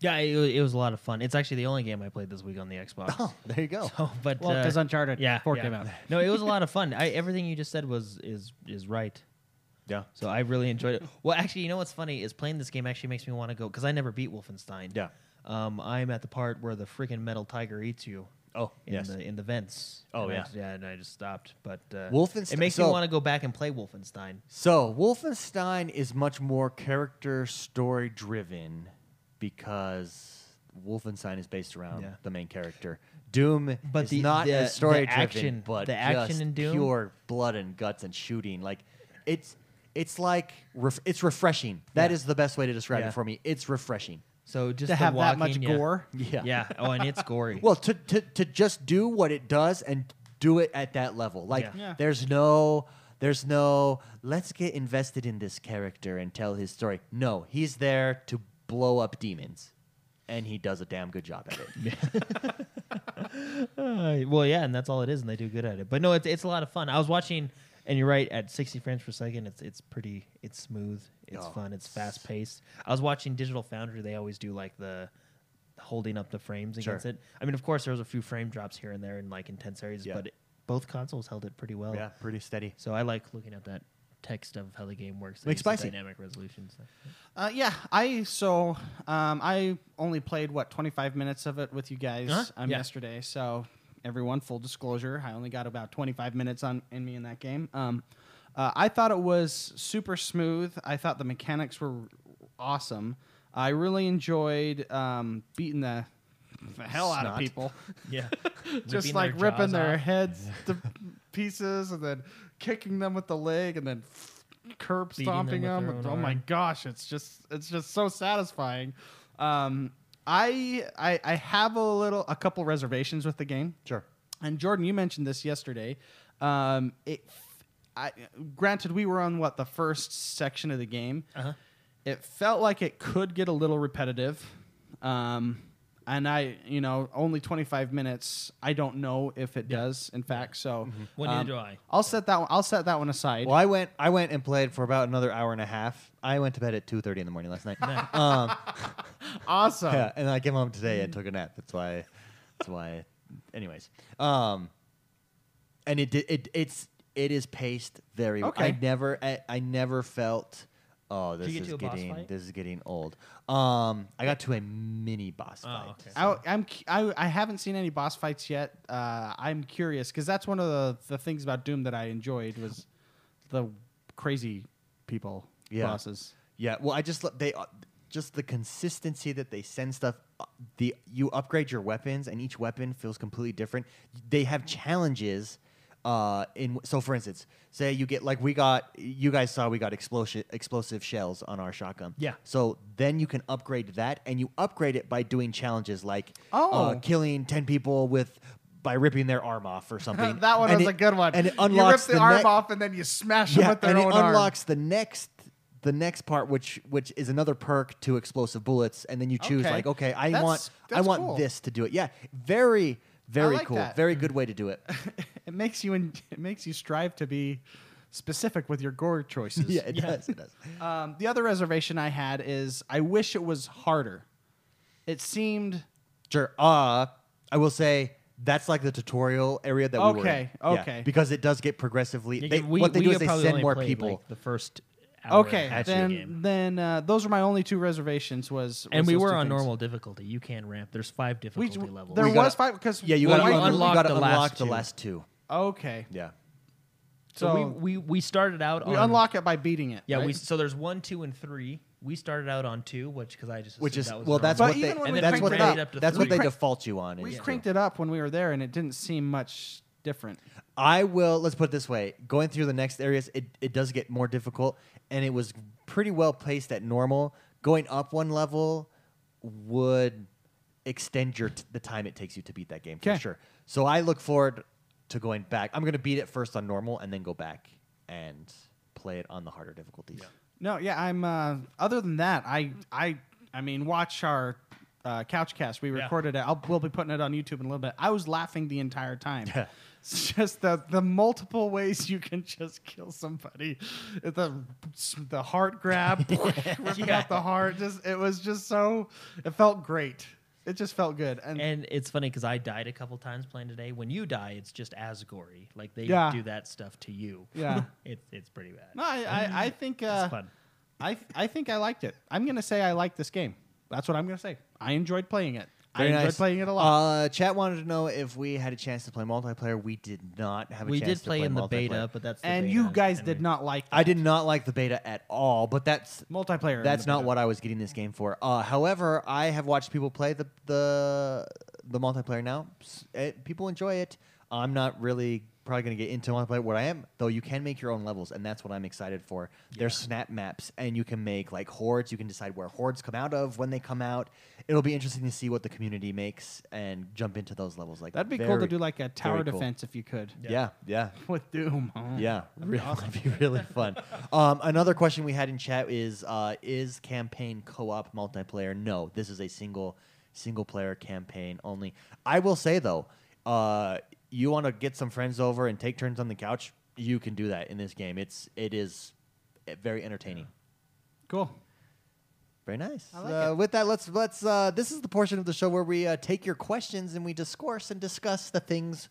Yeah, it, wa- it was a lot of fun. It's actually the only game I played this week on the Xbox.
Oh, there you go.
So, but
Well,
uh,
because Uncharted
yeah,
4
yeah.
came out.
No, it was a lot of fun. I, everything you just said was is is right.
Yeah.
So I really enjoyed it. Well, actually, you know what's funny is playing this game actually makes me want to go because I never beat Wolfenstein.
Yeah.
Um, I'm at the part where the freaking metal tiger eats you.
Oh,
in
yes.
the in the vents.
Oh,
And I
yeah.
just- yeah, and I just stopped. But uh,
Wolfenstein-
It makes
so-
me want to go back and play Wolfenstein.
So Wolfenstein is much more character story driven because Wolfenstein is based around
Yeah.
the main character. Doom
But
is
the-
not
the-
as story
the
driven,
action-
but
the action
just
in Doom?
pure blood and guts and shooting. Like it's it's like ref- it's refreshing. That
Yeah.
is the best way to describe
Yeah.
it for me. It's refreshing.
So just
To
the
have that
walking,
much
yeah.
gore?
Yeah.
Yeah. Oh, and it's gory.
Well, to, to, to just do what it does and do it at that level. Like
Yeah.
Yeah.
there's no there's no let's get invested in this character and tell his story. No, he's there to blow up demons. And he does a damn good job at it.
Uh, well, yeah, and that's all it is, and they do good at it. But no, it's it's a lot of fun. I was watching, and you're right, at 60 frames per second, it's it's pretty, it's smooth, it's
Oh,
fun, it's fast paced. I was watching Digital Foundry; they always do like the holding up the frames
Sure.
against it. I mean, of course, there was a few frame drops here and there in like intense areas,
Yeah.
but it, both consoles held it pretty well.
yeah, pretty steady.
So I like looking at that text of how the game works. They
Like
use the
spicy.
dynamic resolution. stuff.
Uh, yeah, I so um, I only played what 25 minutes of it with you guys
Uh-huh,
um,
yeah.
yesterday. So everyone, full disclosure, I only got about 25 minutes on in me in that game. Um, uh, I thought it was super smooth. I thought the mechanics were awesome. I really enjoyed um, beating the, the hell out
Snot.
of people
Yeah,
just
Ripping
like
their
ripping
jaws
their
off.
heads to pieces and then kicking them with the leg and then curb
Beating them
stomping
with
them.
their own
oh my
arm.
gosh, it's just it's just so satisfying. Um, I, I I have a little a couple reservations with the game.
Sure.
And Jordan, you mentioned this yesterday. Um, it, I, granted, we were on what the first section of the game.
Uh-huh.
It felt like it could get a little repetitive, um, and I, you know, only twenty five minutes. I don't know if it does, in fact. So,
Well, Mm-hmm. neither do I.
will set that. One, I'll set that one aside.
Well, I went I went and played for about another hour and a half. I went to bed at two thirty in the morning last night. um,
Awesome.
yeah, and I came home today
Mm.
and took a nap. That's why. That's why. Anyways, um, and it did. It it's it is paced very.
Okay.
I never I, I never felt Oh, this
you get
is
to a boss
getting
fight?
this is getting old. Um, I got to a mini boss fight.
Oh, okay.
I, I'm cu- I, I haven't seen any boss fights yet. Uh, I'm curious because that's one of the, the things about Doom that I enjoyed was the crazy people
Yeah.
bosses.
Yeah, well, I just lo- they uh, just the consistency that they send stuff. uh, The you upgrade your weapons, and each weapon feels completely different. They have challenges. Uh, in so for instance, say you get like we got you guys saw we got explosion explosive shells on our shotgun.
Yeah.
So then you can upgrade that, and you upgrade it by doing challenges like
Oh.
uh, killing ten people with by ripping their arm off or something.
that one
And
was
it-
a good one.
And it
you rip
unlocks
the, arm
ne-
off and then you smash them with their
and
own
it
arm.
unlocks the next the next part, which which is another perk to explosive bullets, and then you choose
Okay.
like, okay, I
That's-
want I
that's
want
cool.
this to do it. Yeah, very very
like
cool,
that.
very good way to do it.
It makes you in, it makes you strive to be specific with your gore choices.
yeah, it
Yeah.
does. It does.
Um, the other reservation I had is I wish it was harder. It seemed
Sure. Uh, I will say that's like the tutorial area that we were in.
Okay,
Yeah,
okay.
because it does get progressively.
Yeah,
They,
we-
what they
we
do is
have
they
probably
send
only
more
played,
people.
like, the first hour and a
okay.
half of the
Then
game.
then uh, those were my only two reservations. Was, was
and we
those
were
two
on
things.
normal difficulty. You can ramp. There's five
We,
difficulty levels.
there
We
was
gotta-
five because
yeah, you
Well,
got
we
to
unlocked
unlock,
the last
the
two.
last two.
Okay.
Yeah.
so
So
we, we we started out.
we
on,
unlock it by beating it.
Yeah,
right?
we so there's one, two, and three. We started out on two, which because I just
Which
assumed
is
that was
well,
normal.
that's
But
what they
even when we
that's
cranked
what
it
they
up-
up to
that's what
three.
they
We cra-
default you on.
we
is to-
cranked it up when we were there, and it didn't seem much different.
I will. Let's put it this way: going through the next areas, it, it does get more difficult, and it was pretty well placed at normal. Going up one level would extend your t- the time it takes you to beat that game for
'Kay.
sure. So I look forward to going back. I'm gonna beat it first on normal, and then go back and play it on the harder difficulties.
No, yeah, I'm. Uh, other than that, I, I, I mean, watch our uh, couchcast. We
Yeah.
recorded it. I'll, we'll be putting it on YouTube in a little bit. I was laughing the entire time. It's just the the multiple ways you can just kill somebody. The the heart grab, ripping out the heart. Just it was just so. It felt great. It just felt good. And,
And it's funny because I died a couple times playing today. When you die, it's just as gory. Like they
Yeah.
do that stuff to you.
Yeah.
it's it's pretty bad.
no, I I, I think uh,
it's fun.
I I think I liked it. I'm gonna say I liked this game. That's what I'm gonna say. I enjoyed playing it. I enjoyed playing it a lot.
Uh, chat wanted to know if we had a chance to play multiplayer. We did not have a
We
chance
did
to
play, in the
multiplayer.
beta, but that's the
and
beta,
you guys
and
did
we-
not like
I did not like the beta at all, but that's
multiplayer. in
That's
the
not
beta.
what I was getting this game for. Uh, however, I have watched people play the the the multiplayer now. S- It, people enjoy it. I'm not really probably going to get into multiplayer. What I am though, you can make your own levels, and that's what I'm excited for. There's snap maps, and you can make like hordes. You can decide where hordes come out of when they come out. It'll be interesting to see what the community makes and jump into those levels. Like
That'd be cool to
very-
do like a tower
very cool.
defense if you could
Yeah, yeah,
with Doom. Oh.
yeah, really, that'd be really fun. Um, another question we had in chat is: uh, Is campaign co-op multiplayer? No, this is a single single player campaign only. I will say though, uh, you want to get some friends over and take turns on the couch. You can do that in this game. It's it is eh, very entertaining.
Cool.
Very nice.
I like
uh, With that, let's let's. Uh, this is the portion of the show where we uh, take your questions and we discourse and discuss the things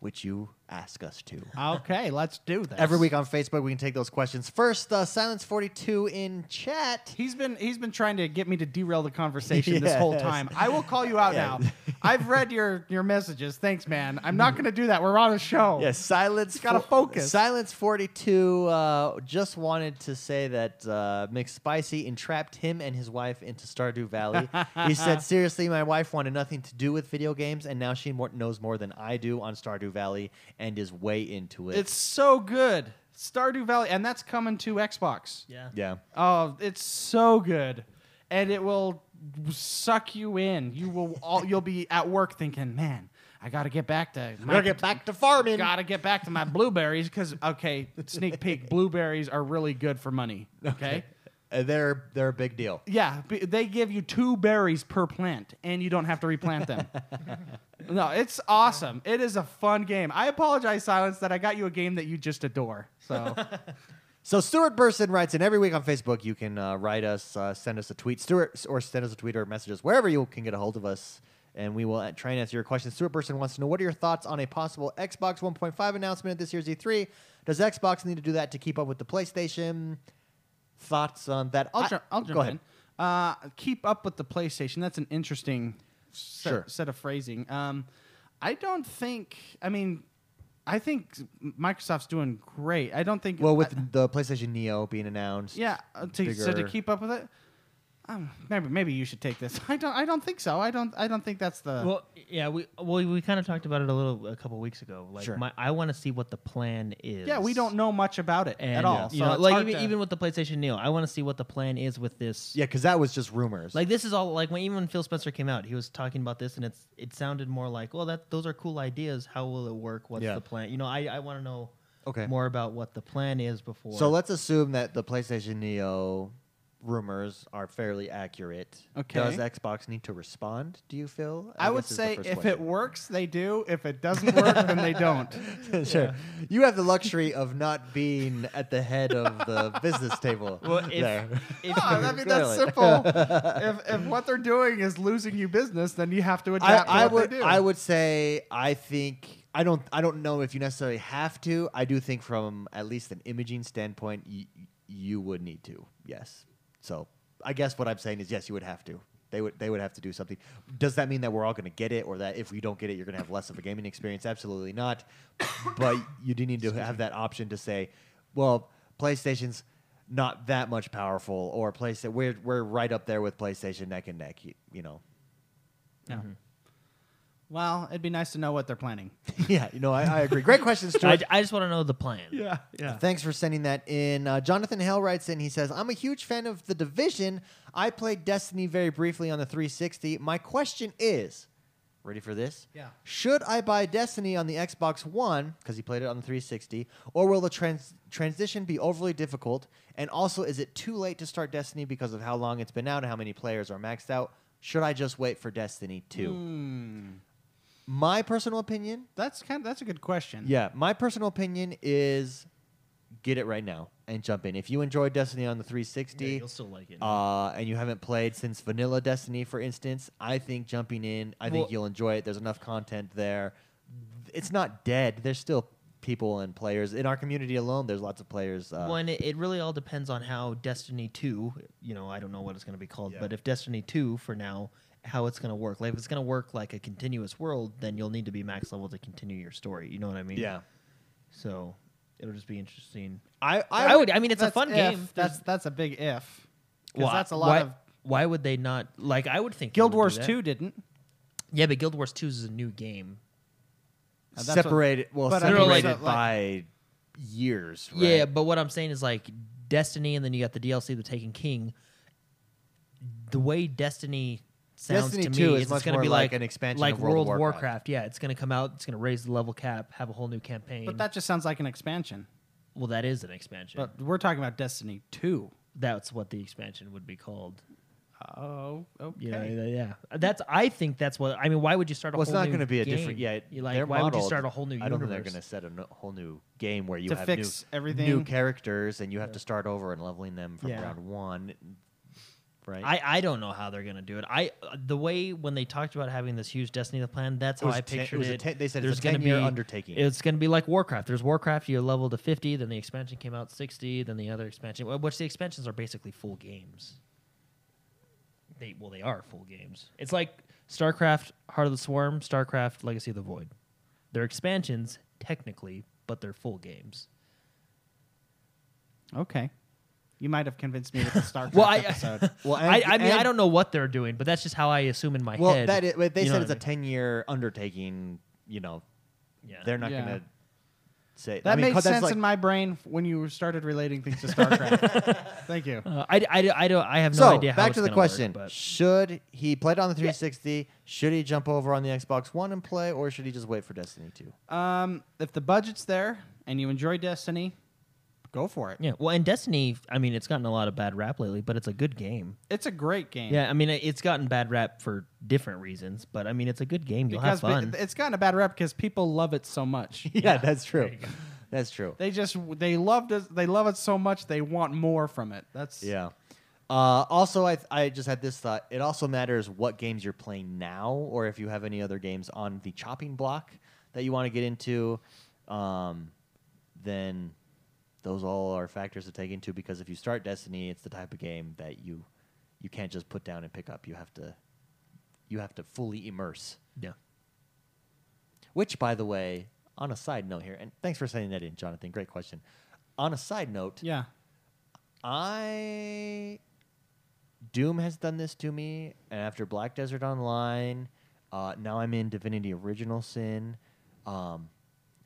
which you ask us to.
Okay, let's do that.
Every week on Facebook, we can take those questions. First, uh, Silence42 in chat.
He's been he's been trying to get me to derail the conversation this whole
Yes.
time. I will call you out now. I've read your your messages. Thanks, man. I'm not going to do that. We're on a show.
Yes, Silence.
Gotta
fo-
focus.
Silence42 uh, just wanted to say that uh, McSpicy entrapped him and his wife into Stardew Valley. he said, Seriously, my wife wanted nothing to do with video games, and now she more- knows more than I do on Stardew Valley and is way into it.
It's so good. Stardew Valley and that's coming to Xbox.
Yeah.
yeah.
Oh, it's so good, and it will suck you in. You will all you'll be at work thinking, man, I got to get back to my
Gotta get back to farming.
got to get back to my blueberries because okay, sneak peek, blueberries are really good for money. Okay.
Uh, they're, they're a big deal.
Yeah, b- they give you two berries per plant, and you don't have to replant them. no, it's awesome. It is a fun game. I apologize, Silence, that I got you a game that you just adore. So
So Stuart Burson writes in every week on Facebook. You can uh, write us, uh, send us a tweet, Stuart, or send us a tweet or message us wherever you can get a hold of us, and we will uh, try and answer your questions. Stuart Burson wants to know what are your thoughts on a possible Xbox E 1.5 announcement at this year's E3? Does Xbox need to do that to keep up with the PlayStation? thoughts on that?
I'll,
I-
jump. I'll jump
go ahead.
in. Uh, keep up with the PlayStation. That's an interesting set,
Sure.
set of phrasing. Um, I don't think. I mean, I think Microsoft's doing great. I don't think.
Well, with
I-
the PlayStation Neo being announced,
yeah, uh, to, so to
bigger-
keep up with it. Um, maybe maybe you should take this. I don't. I don't think so. I don't. I don't think that's the.
Well, yeah, we well we kind of talked about it a little a couple weeks ago. Like,
Sure.
my, I want to see what the plan is.
yeah, we don't know much about it
and, uh,
at all.
You
so
know,
it's
like
hard
even,
to-
even with the PlayStation Neo, I want to see what the plan is with this.
yeah, because that was just rumors.
Like this is all like when even when Phil Spencer came out, he was talking about this, and it's it sounded more like, well, that those are cool ideas. How will it work? What's
Yeah.
the plan? You know, I I want to know
Okay.
more about what the plan is before.
so let's assume that the PlayStation Neo rumors are fairly accurate.
Okay.
Does Xbox need to respond? Do you feel?
I, would
guess is the
say
first
if
question.
it works, they do. If it doesn't work, then they don't.
sure. You have the luxury of not being at the head of the business table.
Well, if,
there.
if
No, I
you-
mean Oh, that's
Clearly.
simple. if, if what they're doing is losing you business, then you have to
I,
adapt.
I
to what
would
they do.
I would say I think I don't I don't know if you necessarily have to. I do think from at least an imaging standpoint, y- you would need to. Yes. So I guess what I'm saying is yes, you would have to. They would they would have to do something. Does that mean that we're all going to get it, or that if we don't get it, you're going to have less of a gaming experience? Absolutely not. but you do need to have that option to say, well, PlayStation's not that much powerful, or PlayStation we're we're right up there with PlayStation neck and neck. You, you know.
No. Mhm. Well, it'd be nice to know what they're planning.
yeah, you know, I, I agree. Great question,
I,
Stuart.
I just want to know the plan.
yeah.
Thanks for sending that in. Uh, Jonathan Hale writes in. He says, "I'm a huge fan of the Division. I played Destiny very briefly on the 360. My question is, ready for this?
Yeah.
Should I buy Destiny on the Xbox One because he played it on the 360, or will the trans- transition be overly difficult? And also, is it too late to start Destiny because of how long it's been out and how many players are maxed out? Should I just wait for Destiny 2?
Mm.
My personal opinion."
Hmm. That's kind. that's a good question.
Yeah, my personal opinion is get it right now and jump in. If you enjoyed Destiny on the 360,
Yeah, you'll still like it.
uh, and you haven't played since Vanilla Destiny, for instance, I think jumping in, I
Well-
think you'll enjoy it. There's enough content there. It's not dead. There's still people and players in our community alone. There's lots of players. Uh,
Well, and it, it really all depends on how Destiny 2, you know, I don't know what it's going to be called, but if Destiny 2 for now, how it's going to work. Like, if it's going to work like a continuous world, then you'll need to be max level to continue your story. You know what I mean?
yeah,
So it'll just be interesting.
I
I, would, I mean, it's a
That's
fun
if.
game.
That's
There's-
that's a big if. Because
Well,
that's a lot
why,
of
Why would they not? Like, I would think. they
Guild
would do
Wars
that.
Two didn't.
Yeah, but Guild Wars 2 is a new game.
Uh, that's what-
separated. Well,
but
I mean,
separated
so, like-
by years. Right?
Yeah, but what I'm saying is like Destiny, and then you got the DLC, The Taken King. The way Destiny sounds
Destiny
to me
2 is
is,
much
it's going to
more
be
like
like,
an expansion
like
of World of
of
Warcraft.
Warcraft. Yeah, it's going to come out. It's going to raise the level cap, have a whole new campaign.
But that just sounds like an expansion.
well, that is an expansion.
But we're talking about Destiny Two.
That's what the expansion would be called.
Oh, okay.
You know, yeah, that's. I think that's what. I mean, why would you start a
Well, it's
whole
not
new
going to be a
game?
different. Yeah, it-
You like,
their
why would
model,
you start a whole new
I
universe?
don't think they're going to set a n- whole new game where you
To
have
fix
new,
everything.
new characters, and you have to start over and leveling them from
Yeah.
round one, right?
I, I don't know how they're gonna do it. I the way when they talked about having this huge Destiny the plan, that's
It
how
was
I
ten- it
pictured
was a
it.
ten- they said it's
There's
a
gonna
10-year
be-
undertaking.
It's gonna be like Warcraft. There's Warcraft. You level to fifty, then the expansion came out sixty, then the other expansion. wh- Which the expansions are basically full games. They well, they are full games. It's like StarCraft: Heart of the Swarm, StarCraft: Legacy of the Void. They're expansions technically, but they're full games.
Okay. You might have convinced me with the Starcraft
Well, I-
episode.
well,
I,
and-
I mean, I
and-
don't know what they're doing, but that's just how I assume in my
Well,
head.
that is, but they
You know
said
what
it's
I
a ten-year undertaking. You know,
mean? Yeah.
they're not
Yeah.
going to say
That
I mean, 'cause
made
that's
sense
like-
in my brain when you started relating things to StarCraft. Thank you.
Uh, I, I, I don't I have no
so
idea. how
back
it's
to the
gonna work,
question:
but-
Should he play it on the 360? Should he jump over on the Xbox One and play, or should he just wait for Destiny 2?
Um, if the budget's there and you enjoy Destiny, go for it.
yeah, well, and Destiny. I mean, it's gotten a lot of bad rap lately, but it's a good game.
It's a great game.
Yeah, I mean, it's gotten bad rap for different reasons, but I mean, it's a good game. You'll
because
have fun.
be- it's gotten a bad rep because people love it so much.
yeah, that's true. That's true.
They just they loved it. They love it so much they want more from it. That's
Yeah. Uh, also, I, I just had this thought. It also matters what games you're playing now, or if you have any other games on the chopping block that you want to get into. Um, then those all are factors to take into because if you start Destiny, it's the type of game that you you can't just put down and pick up. You have to you have to fully immerse.
Yeah.
Which, by the way, on a side note here, and thanks for sending that in, Jonathan. Great question. On a side note,
Yeah.
I Doom has done this to me, and after Black Desert Online, uh, now I'm in Divinity Original Sin. Um,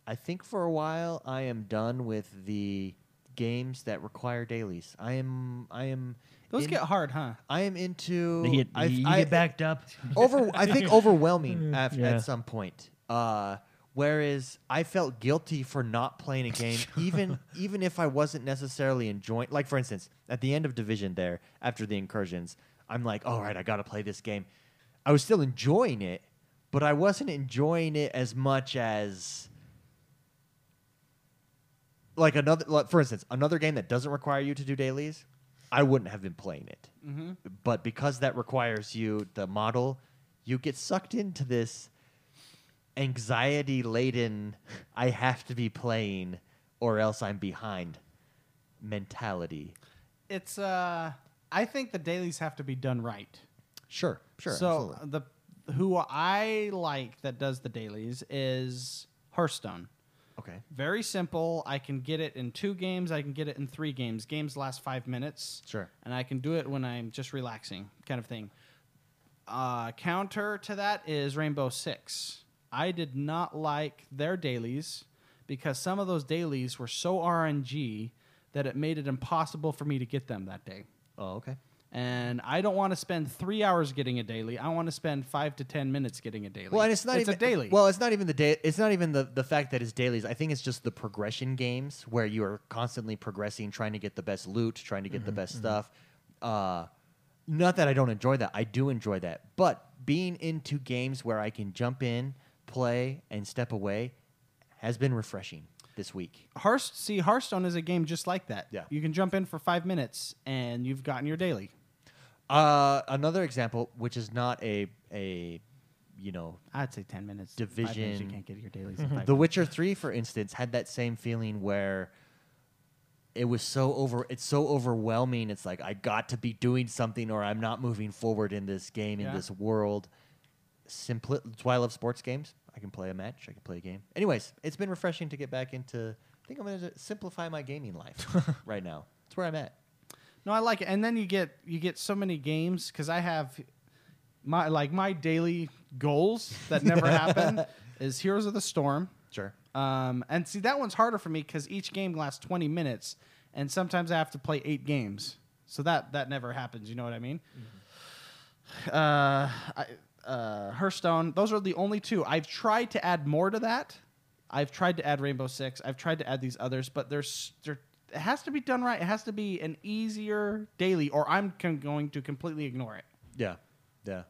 I think for a while I am done with the games that require dailies. I am I am
Those
in-
get hard, huh?
I am into
You get,
I've-
you
I-
get backed up.
over I think overwhelming
Mm,
at,
yeah.
at some point. Uh, whereas I felt guilty for not playing a game, even even if I wasn't necessarily enjoying. Like for instance, at the end of Division, there after the incursions, I'm like, all right, I got to play this game. I was still enjoying it, but I wasn't enjoying it as much as like another like, for instance another game that doesn't require you to do dailies i wouldn't have been playing it but because that requires you the model you get sucked into this anxiety laden i have to be playing or else i'm behind mentality
It's uh I think the dailies have to be done right.
sure sure
So
absolutely.
the who I like that does the dailies is Hearthstone.
okay
Very simple. I can get it in two games. I can get it in three games. Games last five minutes.
Sure.
And I can do it when I'm just relaxing, kind of thing. Uh, counter to that is Rainbow Six. I did not like their dailies because some of those dailies were so RNG that it made it impossible for me to get them that day.
oh okay
And I don't want to spend three hours getting a daily. I want to spend five to ten minutes getting a daily.
Well, and it's not
it's
even
a daily.
Well, it's not even the day. It's not even the the fact that it's dailies. I think it's just the progression games where you are constantly progressing, trying to get the best loot, trying to get
Mm-hmm,
the best stuff. Uh, not that I don't enjoy that. I do enjoy that. But being into games where I can jump in, play, and step away has been refreshing this week.
Hearth, see, Hearthstone is a game just like that.
Yeah.
You can jump in for five minutes and you've gotten your daily.
Uh, another example, which is not a a you know
I'd say 10 minutes. Five minutes,
Division.
you can't get your dailies. in five
The
minutes.
Witcher Three, for instance, had that same feeling where it was so over. It's so overwhelming. It's like I got to be doing something, or I'm not moving forward in this game,
Yeah.
in this world. Simpli- that's why I love sports games. I can play a match. I can play a game. Anyways, it's been refreshing to get back into. I think I'm going to simplify my gaming life right now. That's where I'm at.
No, I like it. And then you get you get so many games because I have my like my daily goals that never happen is Heroes of the Storm.
Sure.
Um, and see that one's harder for me because each game lasts 20 minutes, and sometimes I have to play eight games. So that that never happens. You know what I mean?
Mm-hmm.
Uh, I, uh, Hearthstone. Those are the only two I've tried to add more to that. I've tried to add Rainbow Six. I've tried to add these others, but there's there. It has to be done right. It has to be an easier daily, or I'm con- going to completely ignore it.
Yeah. Yeah.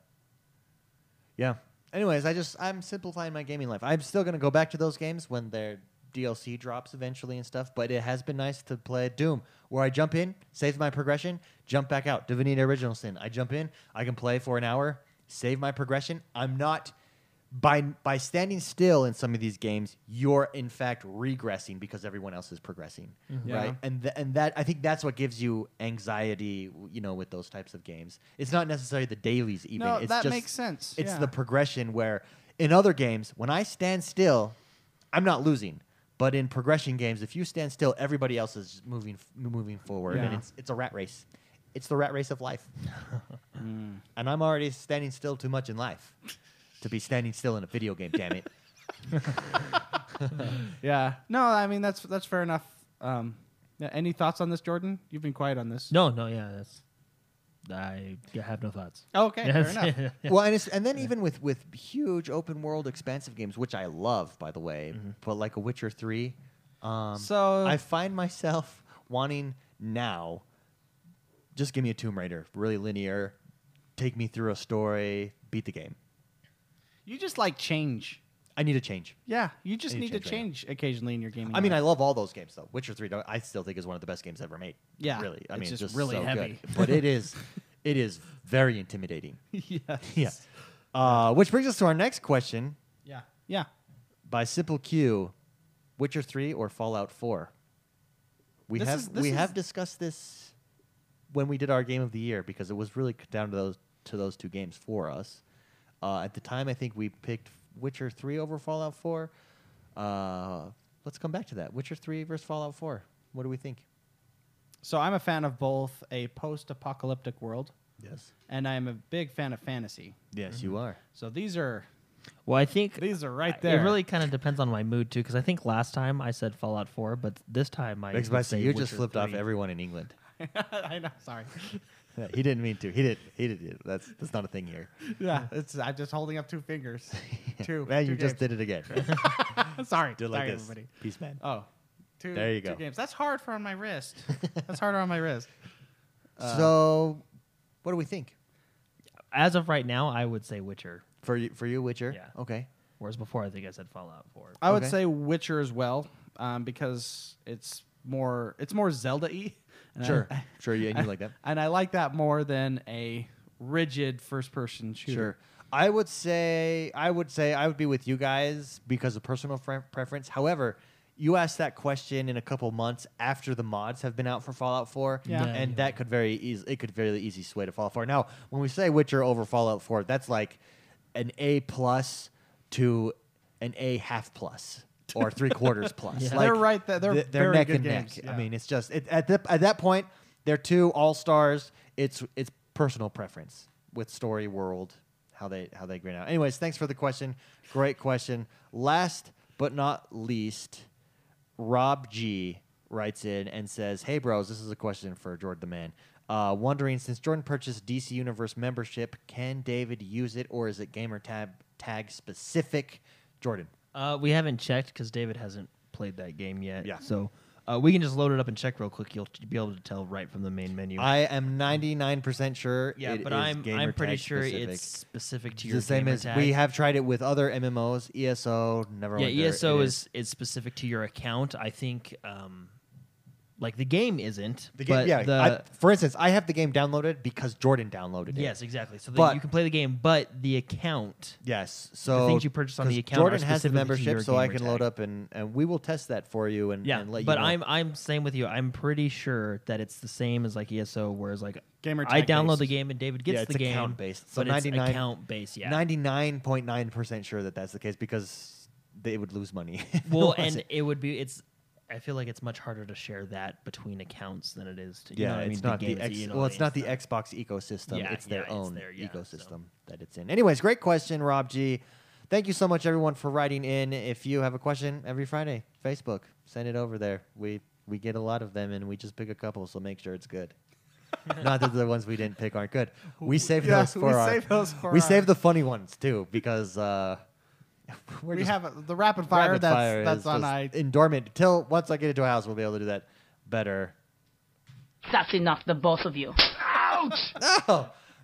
Yeah. Anyways, I just I'm simplifying my gaming life. I'm still gonna go back to those games when their DLC drops eventually and stuff, but it has been nice to play Doom, where I jump in, save my progression, jump back out. Divinity Original Sin. I jump in, I can play for an hour, save my progression. I'm not by by standing still in some of these games, you're in fact regressing because everyone else is progressing, right?
Mm-hmm. Yeah.
And th- and that I think that's what gives you anxiety, you know, with those types of games. It's not necessarily the dailies even.
No,
it's
that
just,
makes sense.
It's
Yeah.
the progression where in other games, when I stand still, I'm not losing. But in progression games, if you stand still, everybody else is just moving f- moving forward,
Yeah.
and it's it's a rat race. It's the rat race of life, and I'm already standing still too much in life to be standing still in a video game. Damn it!
Yeah. No, I mean that's that's fair enough. Um, yeah, any thoughts on this, Jordan? You've been quiet on this.
No, no, yeah, that's. I have no thoughts.
Oh, Okay, fair
Yes.
enough.
Well, and it's, and then even with with huge open world expansive games, which I love, by the way, but like a Witcher three, um,
So-
I find myself wanting now. Just give me a Tomb Raider, really linear. Take me through a story, beat the game.
You just like change.
I need a change.
Yeah, you just
Any
need to
change right now.
change occasionally in your gaming.
I mean, I
life.
love all those games though. Witcher three, don't- I still think is one of the best games ever made.
Yeah,
really. I
it's
mean,
just
just,
really
so good.
heavy.
but it is, it is very intimidating.
yeah,
Yeah. Uh, which brings us to our next question.
yeah, yeah.
by Simple Q, Witcher 3 or Fallout 4? We
This
have
is- this
we
is-
have discussed this when we did our game of the year because it was really c- down to those to those two games for us. Uh, at the time, I think we picked Witcher three over Fallout four. Uh, let's come back to that. Witcher three versus Fallout four. What do we think?
So I'm a fan of both a post-apocalyptic world,
Yes.
and I'm a big fan of fantasy.
Yes,
Mm-hmm.
you are.
So these are
Well, I think
these are right
It
there.
really kind of depends on my mood too, because I think last time I said Fallout 4, but this time I
Thanks,
would
Bison.
say
You just
Witcher
flipped off
3.
everyone in England.
I know. Sorry.
Yeah, he didn't mean to. He did. He did. it. That's that's not a thing here.
Yeah, it's I'm just holding up two fingers. Two.
Man,
two
you just
games.
did it again.
Sorry.
Did it like
Sorry,
this.
everybody.
Peace, man.
Oh, two.
There you
two
go.
Games. That's hard for on my wrist. That's harder on my wrist.
so, what do we think
As of right now, I would say Witcher.
for you, for you, Witcher?
Yeah.
Okay.
Whereas before, I think I said Fallout 4.
I would
Okay.
say Witcher as well, um, because it's more it's more Zelda y.
Sure. Sure, yeah, and you like that.
And I like that more than a rigid first person shooter.
Sure. I would say I would say I would be with you guys because of personal fre- preference. However, you asked that question in a couple months after the mods have been out for Fallout 4,
Yeah. Yeah,
and
yeah.
that could very easy it could very easy sway to Fallout 4. Now, when we say Witcher over Fallout 4, that's like an A plus to an A half plus or three quarters plus.
Yeah.
Like,
They're right there. They're
th-
very
neck
good
and
games.
neck. I
Yeah.
mean, it's just it, at the, at that point they're two all stars. It's it's personal preference with story world how they how they green out. Anyways, thanks for the question. Great question. Last but not least, Rob G writes in and says, "Hey bros, this is a question for Jordan the man. Uh, wondering since Jordan purchased DC Universe membership, can David use it or is it gamer tab tag specific? Jordan,
Uh, we haven't checked because David hasn't played that game yet.
Yeah.
So uh, we can just load it up and check real quick. You'll t- be able to tell right from the main menu.
I am 99% sure.
yeah,
it
but
is
I'm I'm
gamertag
pretty sure
specific.
it's specific to your
the same
gamer
as
tag.
we have tried it with other MMOs. ESO E never.
Yeah,
went there.
ESO
It
is, is specific to your account. I think, um, like the game isn't.
the game.
but
Yeah,
the-
I, for instance, I have the game downloaded because Jordan downloaded it.
yes, e- exactly. So
But-
that you can play the game, but the account
Yes. So
things you purchase on the
'cause
account
Jordan
are
has the
specifically to
membership,
your
so I
gamer
can load
tag.
up and and we will test that for you and
Yeah,
and let you
but
know.
I'm I'm same with you. I'm pretty sure that it's the same as like ESO, whereas like
Gamer
I
tag
download the
based.
game and David gets
Yeah, it's
the game
account-based. So
but
99
it's account based. Yeah,
99.9% sure that that's the case because they would lose money.
well,
Unless
and
it-
it would be it's. I feel like it's much harder to share that between accounts than it is to. You
yeah,
know what I mean?
it's not the,
game is-
X,
you know
well,
what I
it's
mean?
not the Xbox ecosystem.
Yeah,
it's their
yeah, it's
own
there, yeah,
ecosystem
so.
that it's in. Anyways, great question, Rob G. Thank you so much, everyone, for writing in. If you have a question every Friday, Facebook, send it over there. We we get a lot of them, and we just pick a couple, so make sure it's good. not that the ones we didn't pick aren't good. We save
Yeah,
those for
we
our.
save those for
we
our-
save the funny ones too, because uh, we're
We
just
have a, the rapid fire.
rapid
that's
fire
that's
is
on
just
I.
in dormant. Till once I get into a house, we'll be able to do that better.
That's enough, the both of you.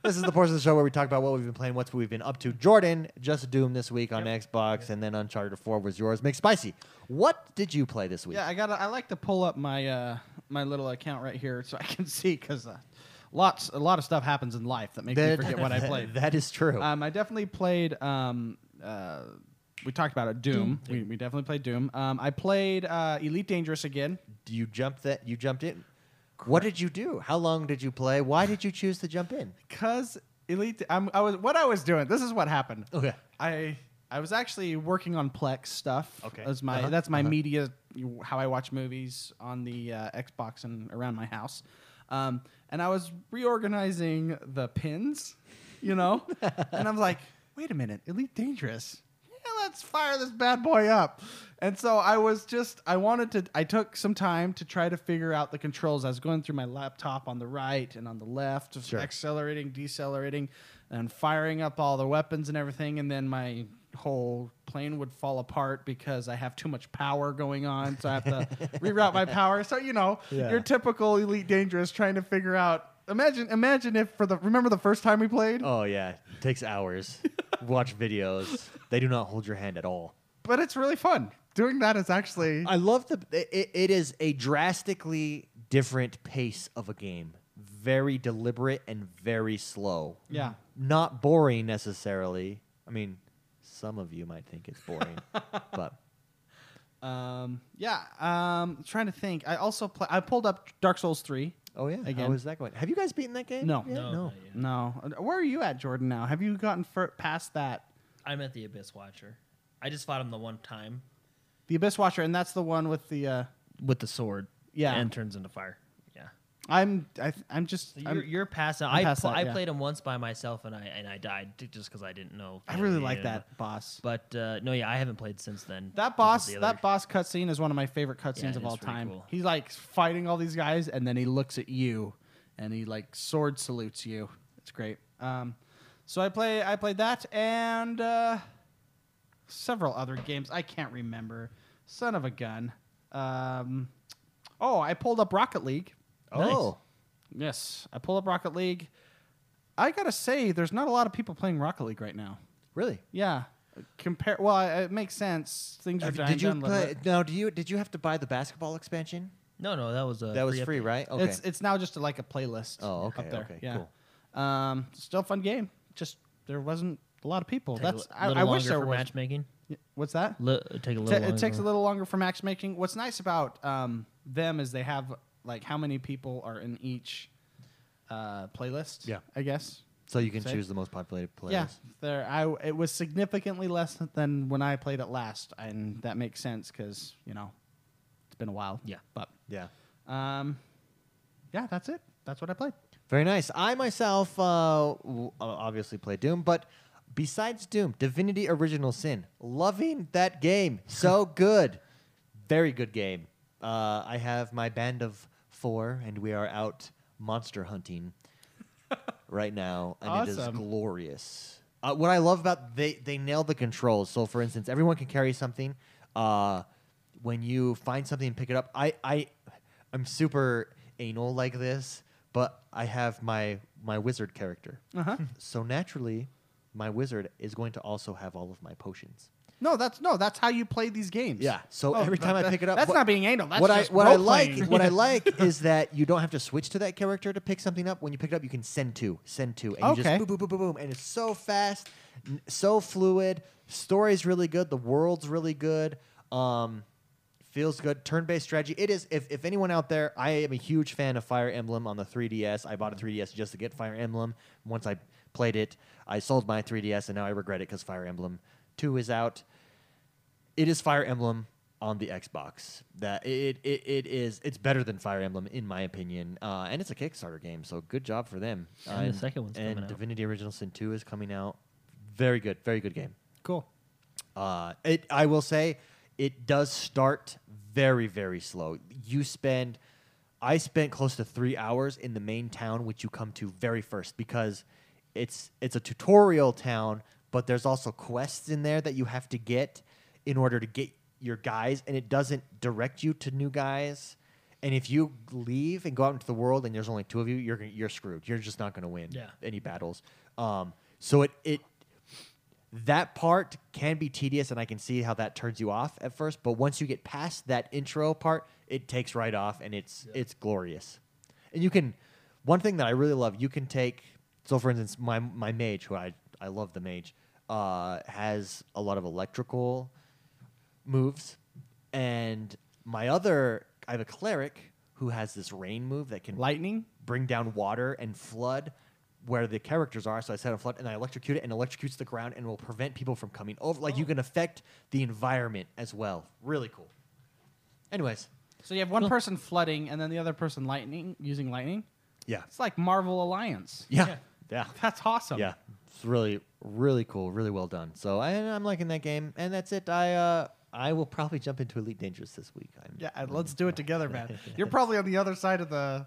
Oh, this is the portion of the show where we talk about what we've been playing, what we've been up to. Jordan, just Doom this week on Xbox, and then Uncharted 4 was yours. McSpicy, what did you play this week?
Yeah, I got. I like to pull up my uh, my little account right here so I can see because uh, lots a lot of stuff happens in life that makes me forget what I played.
That is true.
Um, I definitely played. Um, uh, we talked about it. Doom. We, we definitely played Doom. Um, I played uh, Elite Dangerous again.
you jumped that. You jumped in. What did you do? How long did you play? Why did you choose to jump in?
Cause Elite, I'm, I was what I was doing. This is what happened.
Okay.
I I was actually working on Plex stuff.
Okay.
As my
Uh-huh,
that's my media, how I watch movies on the uh, Xbox and around my house. Um, and I was reorganizing the pins, you know, and I'm like, wait a minute, Elite Dangerous. Yeah, let's fire this bad boy up. And so I was just, I wanted to, I took some time to try to figure out the controls. I was going through my laptop on the right and on the left, just
Sure.
accelerating, decelerating, and firing up all the weapons and everything. And then my whole plane would fall apart because I have too much power going on. So I have to reroute my power. So, you know,
Yeah.
your typical Elite Dangerous trying to figure out. Imagine, imagine if for the remember the first time we played,
Oh yeah, takes hours. Watch videos. They do not hold your hand at all.
but it's really fun. Doing that is actually
I love the. It, it is a drastically different pace of a game. Very deliberate and very slow.
Yeah.
Not boring necessarily. I mean, some of you might think it's boring, but
Um, yeah, um, trying to think. I also play, I pulled up Dark Souls three.
Oh yeah.
Again.
How is that going? Have you guys beaten that game?
No.
yet?
No,
No.
not yet.
No, where are you at, Jordan? Now, have you gotten fur- past that?
I'm at the Abyss Watcher. I just fought him the one time
The Abyss Watcher, and that's the one with the. Uh,
with the sword.
Yeah.
and turns into fire. Yeah.
I'm I, th- I'm just
So you're,
I'm,
you're past.
I'm
I
past
pl-
that,
I
yeah.
played him once by myself and I and I died t- just because I didn't know.
I really
Yeah,
like
yeah.
that boss.
But uh, no, yeah, I haven't played since then.
That
This is
boss,
the other-
that boss cutscene is one of my favorite cutscenes
it
of
is
all
pretty
time.
cool.
He's like fighting all these guys, and then he looks at you, and he like sword salutes you. It's great. Um, so I play, I played that, and uh, several other games I can't remember. Son of a gun. Um, oh, I pulled up Rocket League.
Oh.
Yes, I pulled up Rocket League. I gotta say, there's not a lot of people playing Rocket League right now.
Really?
Yeah. Compare. Well, I- it makes sense. Things are
Have-
dying
did you
down a little
play?
bit.
No. Do you? Did you have to buy the basketball expansion?
No, no, that was a
that was
Uh, free,
free,
update.
right? Okay.
It's it's now just like a playlist.
Oh, okay,
Up there.
okay,
yeah. cool. Um, still a fun game. Just there wasn't a lot of people.
Take a
That's
li-
I,
little
I wish
longer
there
for
was.
matchmaking.
Y- What's that?
Li- take
Ta-
a little.
it takes a
longer.
little longer for matchmaking. What's nice about um, them is they have like how many people are in each uh, playlist.
Yeah.
I guess.
so you can
Say-
choose the most populated players.
Yeah, there. I it was significantly less than when I played it last, and that makes sense because you know it's been a while.
Yeah.
but
Yeah.
um, yeah, that's it. That's what I played.
Very nice. I myself uh, w- uh, obviously play Doom, but besides Doom, Divinity Original Sin, loving that game. So good. Very good game. Uh, I have my band of four, and we are out monster hunting right now, and it is
Awesome.
glorious. Uh, what I love about they they nail the controls. So for instance, everyone can carry something. Uh, when you find something and pick it up, I I I'm super anal like this, but I have my my wizard character.
Uh-huh.
so naturally, my wizard is going to also have all of my potions.
No, that's no, that's how you play these games.
Yeah. So
Oh,
every time
that-
I pick it up,
that's not being anal. That's
what
just
I what I
role-playing.
like what I like is that you don't have to switch to that character to pick something up. When you pick it up, you can send to send to, and you
Okay.
just boom boom boom boom boom, and it's so fast, n- so fluid. Story's really good. The world's really good. Um, feels good. Turn-based strategy. It is. If, if anyone out there, I am a huge fan of Fire Emblem on the 3DS. I bought a 3DS just to get Fire Emblem. Once I played it, I sold my 3DS, and now I regret it because Fire Emblem 2 is out it is Fire Emblem on the Xbox. That it it, it is it's better than Fire Emblem in my opinion, uh, and it's a Kickstarter game, so good job for them. Uh,
And the second one's
and
coming out.
Divinity Original Sin two is coming out. Very good, very good game.
cool.
Uh, it I will say it does start very very slow. You spend I spent close to three hours in the main town, which you come to very first because it's it's a tutorial town, but there's also quests in there that you have to get in order to get your guys, and it doesn't direct you to new guys. And if you leave and go out into the world, and there's only two of you, you're gonna- you're screwed. You're just not going to win
Yeah.
any battles. Um, so it it that part can be tedious and i can see how that turns you off at first but once you get past that intro part it takes right off and it's it's glorious and you can one thing that i really love you can take so for instance my my mage who i i love the mage uh has a lot of electrical moves, and my other I have a cleric who has this rain move that can
Lightning?
bring down water and flood where the characters are. So I set a flood and I electrocute it and electrocutes the ground and will prevent people from coming over. Like you can affect the environment as well. Really cool. Anyways,
So you have one person flooding, and then the other person lightning using lightning.
yeah,
It's like Marvel Alliance.
yeah, yeah.
That's awesome.
Yeah, it's really, really cool, really well done. So I, I'm liking that game, and that's it. I, uh, I will probably jump into Elite Dangerous this week. I'm,
Yeah, and let's do it together, man. You're probably on the other side of the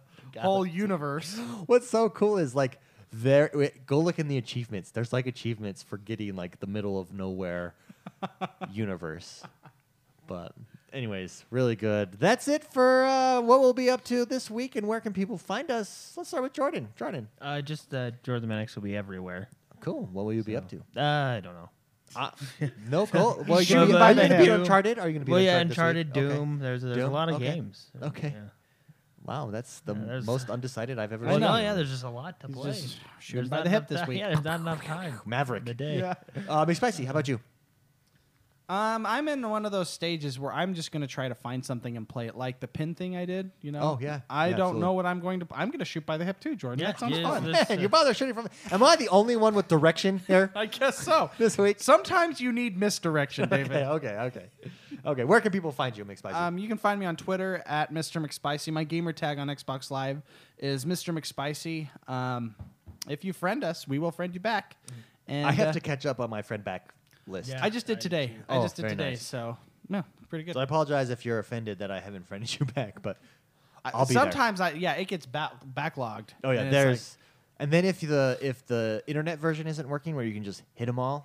whole universe.
What's so cool is like there. Wait, go look in the achievements. There's like achievements for getting like the middle of nowhere universe. But anyways, really good. That's it for uh, what we'll be up to this week, and where can people find us? Let's start with Jordan. Jordan,
Uh, just uh, Jordan Mannix will be everywhere.
cool. What will you be up to?
Uh, I don't know.
Uh, no, cool. Well, are you
should
gonna be,
be
are you
by
gonna be
now.
Uncharted? Are you gonna be?
Well,
in
yeah,
Uncharted
Uncharted,
this week? Okay.
Doom. There's there's
Doom?
a lot of
Okay.
games.
Okay.
Yeah.
Wow, that's the
Yeah, there's-
most undecided I've ever.
Well,
seen.
no, yeah, there's just a lot to
He's
play.
just shooting
There's
by
not
the hip
enough
this
ti-
week.
Yeah, there's not enough time.
Maverick.
The day.
Uh, McSpicy, how about you?
Um, I'm in one of those stages where I'm just gonna try to find something and play it, like the pin thing I did. You know?
Oh, yeah.
I
Yeah,
don't
absolutely.
know what I'm going to. I'm gonna shoot by the hip too, Jordan.
Yeah,
that sounds
yeah,
fun.
that's-
Man, your brother shooting from. Am I the only one with direction here?
I guess so.
This week?
Sometimes you need misdirection, David.
okay, okay, okay, okay. Where can people find you, McSpicy?
Um, you can find me on Twitter at Mr. McSpicy. My gamer tag on Xbox Live is Mr. McSpicy. Um, if you friend us, we will friend you back. And
Mm-hmm. I have
uh,
to catch up on my friend back list.
Yeah.
I just did today. I
Oh,
just did
very
today.
nice.
So no, pretty good.
So I apologize if you're offended that I haven't friended you back, but I'll be there.
Sometimes I yeah, it gets back, backlogged.
Oh yeah,
And it's
there's. and then if the if the internet version isn't working, where you can just hit them all,
like-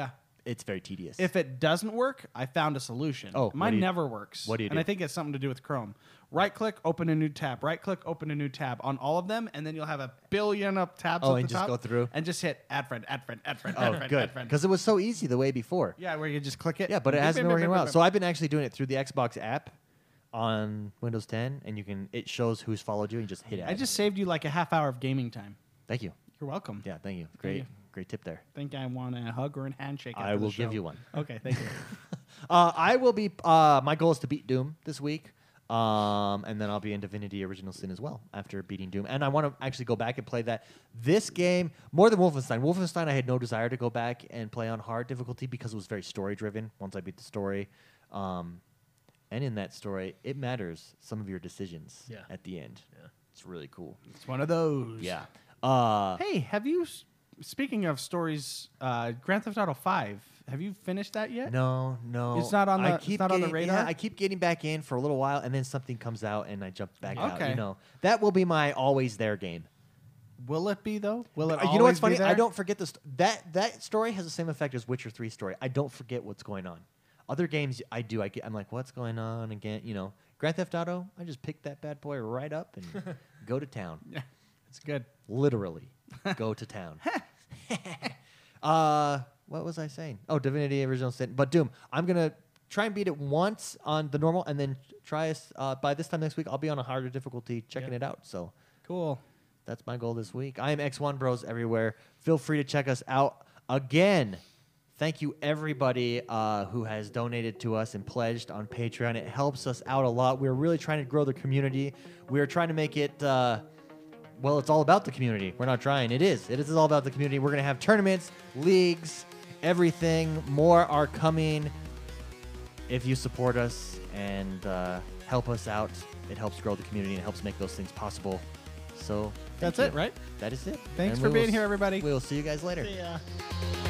yeah.
it's very tedious.
If it doesn't work, I found a solution.
Oh, what
mine
do you-
never works.
what do you
And
do?
I think it's something to do with Chrome. Right click, open a new tab. Right click, open a new tab on all of them, and then you'll have a billion up tabs.
Oh,
at
and
the
just
top,
go through?
and just hit add friend, add friend, add friend, add
oh
friend,
good,
add friend.
because it was so easy the way before.
Yeah, where you just click it.
Yeah, but it
Beep,
hasn't
beep,
been working
beep,
well.
beep,
So I've been actually doing it through the Xbox app on Windows 10, and you can it shows who's followed you, and you just hit it.
beep. I just saved you like a half hour of gaming time.
thank you.
You're welcome.
Yeah, thank you. Great,
you.
great tip there.
Think I want a hug or a handshake?
I
after the
will give
show.
you one.
Okay, thank you.
Uh, I will be. Uh, my goal is to beat Doom this week, um, and then I'll be in Divinity: Original Sin as well after beating Doom. And I want to actually go back and play that. This game more than Wolfenstein. Wolfenstein, I had no desire to go back and play on hard difficulty because it was very story driven. Once I beat the story, um, and in that story, it matters some of your decisions
Yeah.
at the end. Yeah. It's really cool.
it's one of those.
Yeah. Uh,
Hey, have you? s- Speaking of stories, uh, Grand Theft Auto Five. Have you finished that yet?
No, no.
It's not on
I
the- it's
keep
not on the
getting-
radar?
Yeah, I keep getting back in for a little while, and then something comes out, and I jump back out. You
Okay.
know, that will be my always there game.
Will it be though? Will it?
Uh, you know what's
always
funny?
be there?
I don't forget this. That that story has the same effect as Witcher Three story. I don't forget what's going on. Other games, I do. I get. I'm like, what's going on again? You know, Grand Theft Auto. I just pick that bad boy right up and go to town.
Yeah, it's good.
literally go to town. uh, what was I saying? Oh, Divinity Original Sin, but Doom. I'm gonna try and beat it once on the normal, and then try us uh, by this time next week. I'll be on a harder difficulty checking
Yeah.
it out. So
Cool.
that's my goal this week. I am X1 Bros everywhere. Feel free to check us out again. Thank you, everybody uh, who has donated to us and pledged on Patreon. It helps us out a lot. We're really trying to grow the community. We're trying to make it, uh, well, it's all about the community. We're not trying. It is. It is all about the community. We're going to have tournaments, leagues, everything. More are coming if you support us and uh, help us out, it helps grow the community and it helps make those things possible. So thank
That's it,
you.
right?
That is it.
Thanks
And
for
we will
being
s-
here, everybody.
We'll see you guys later.
Yeah.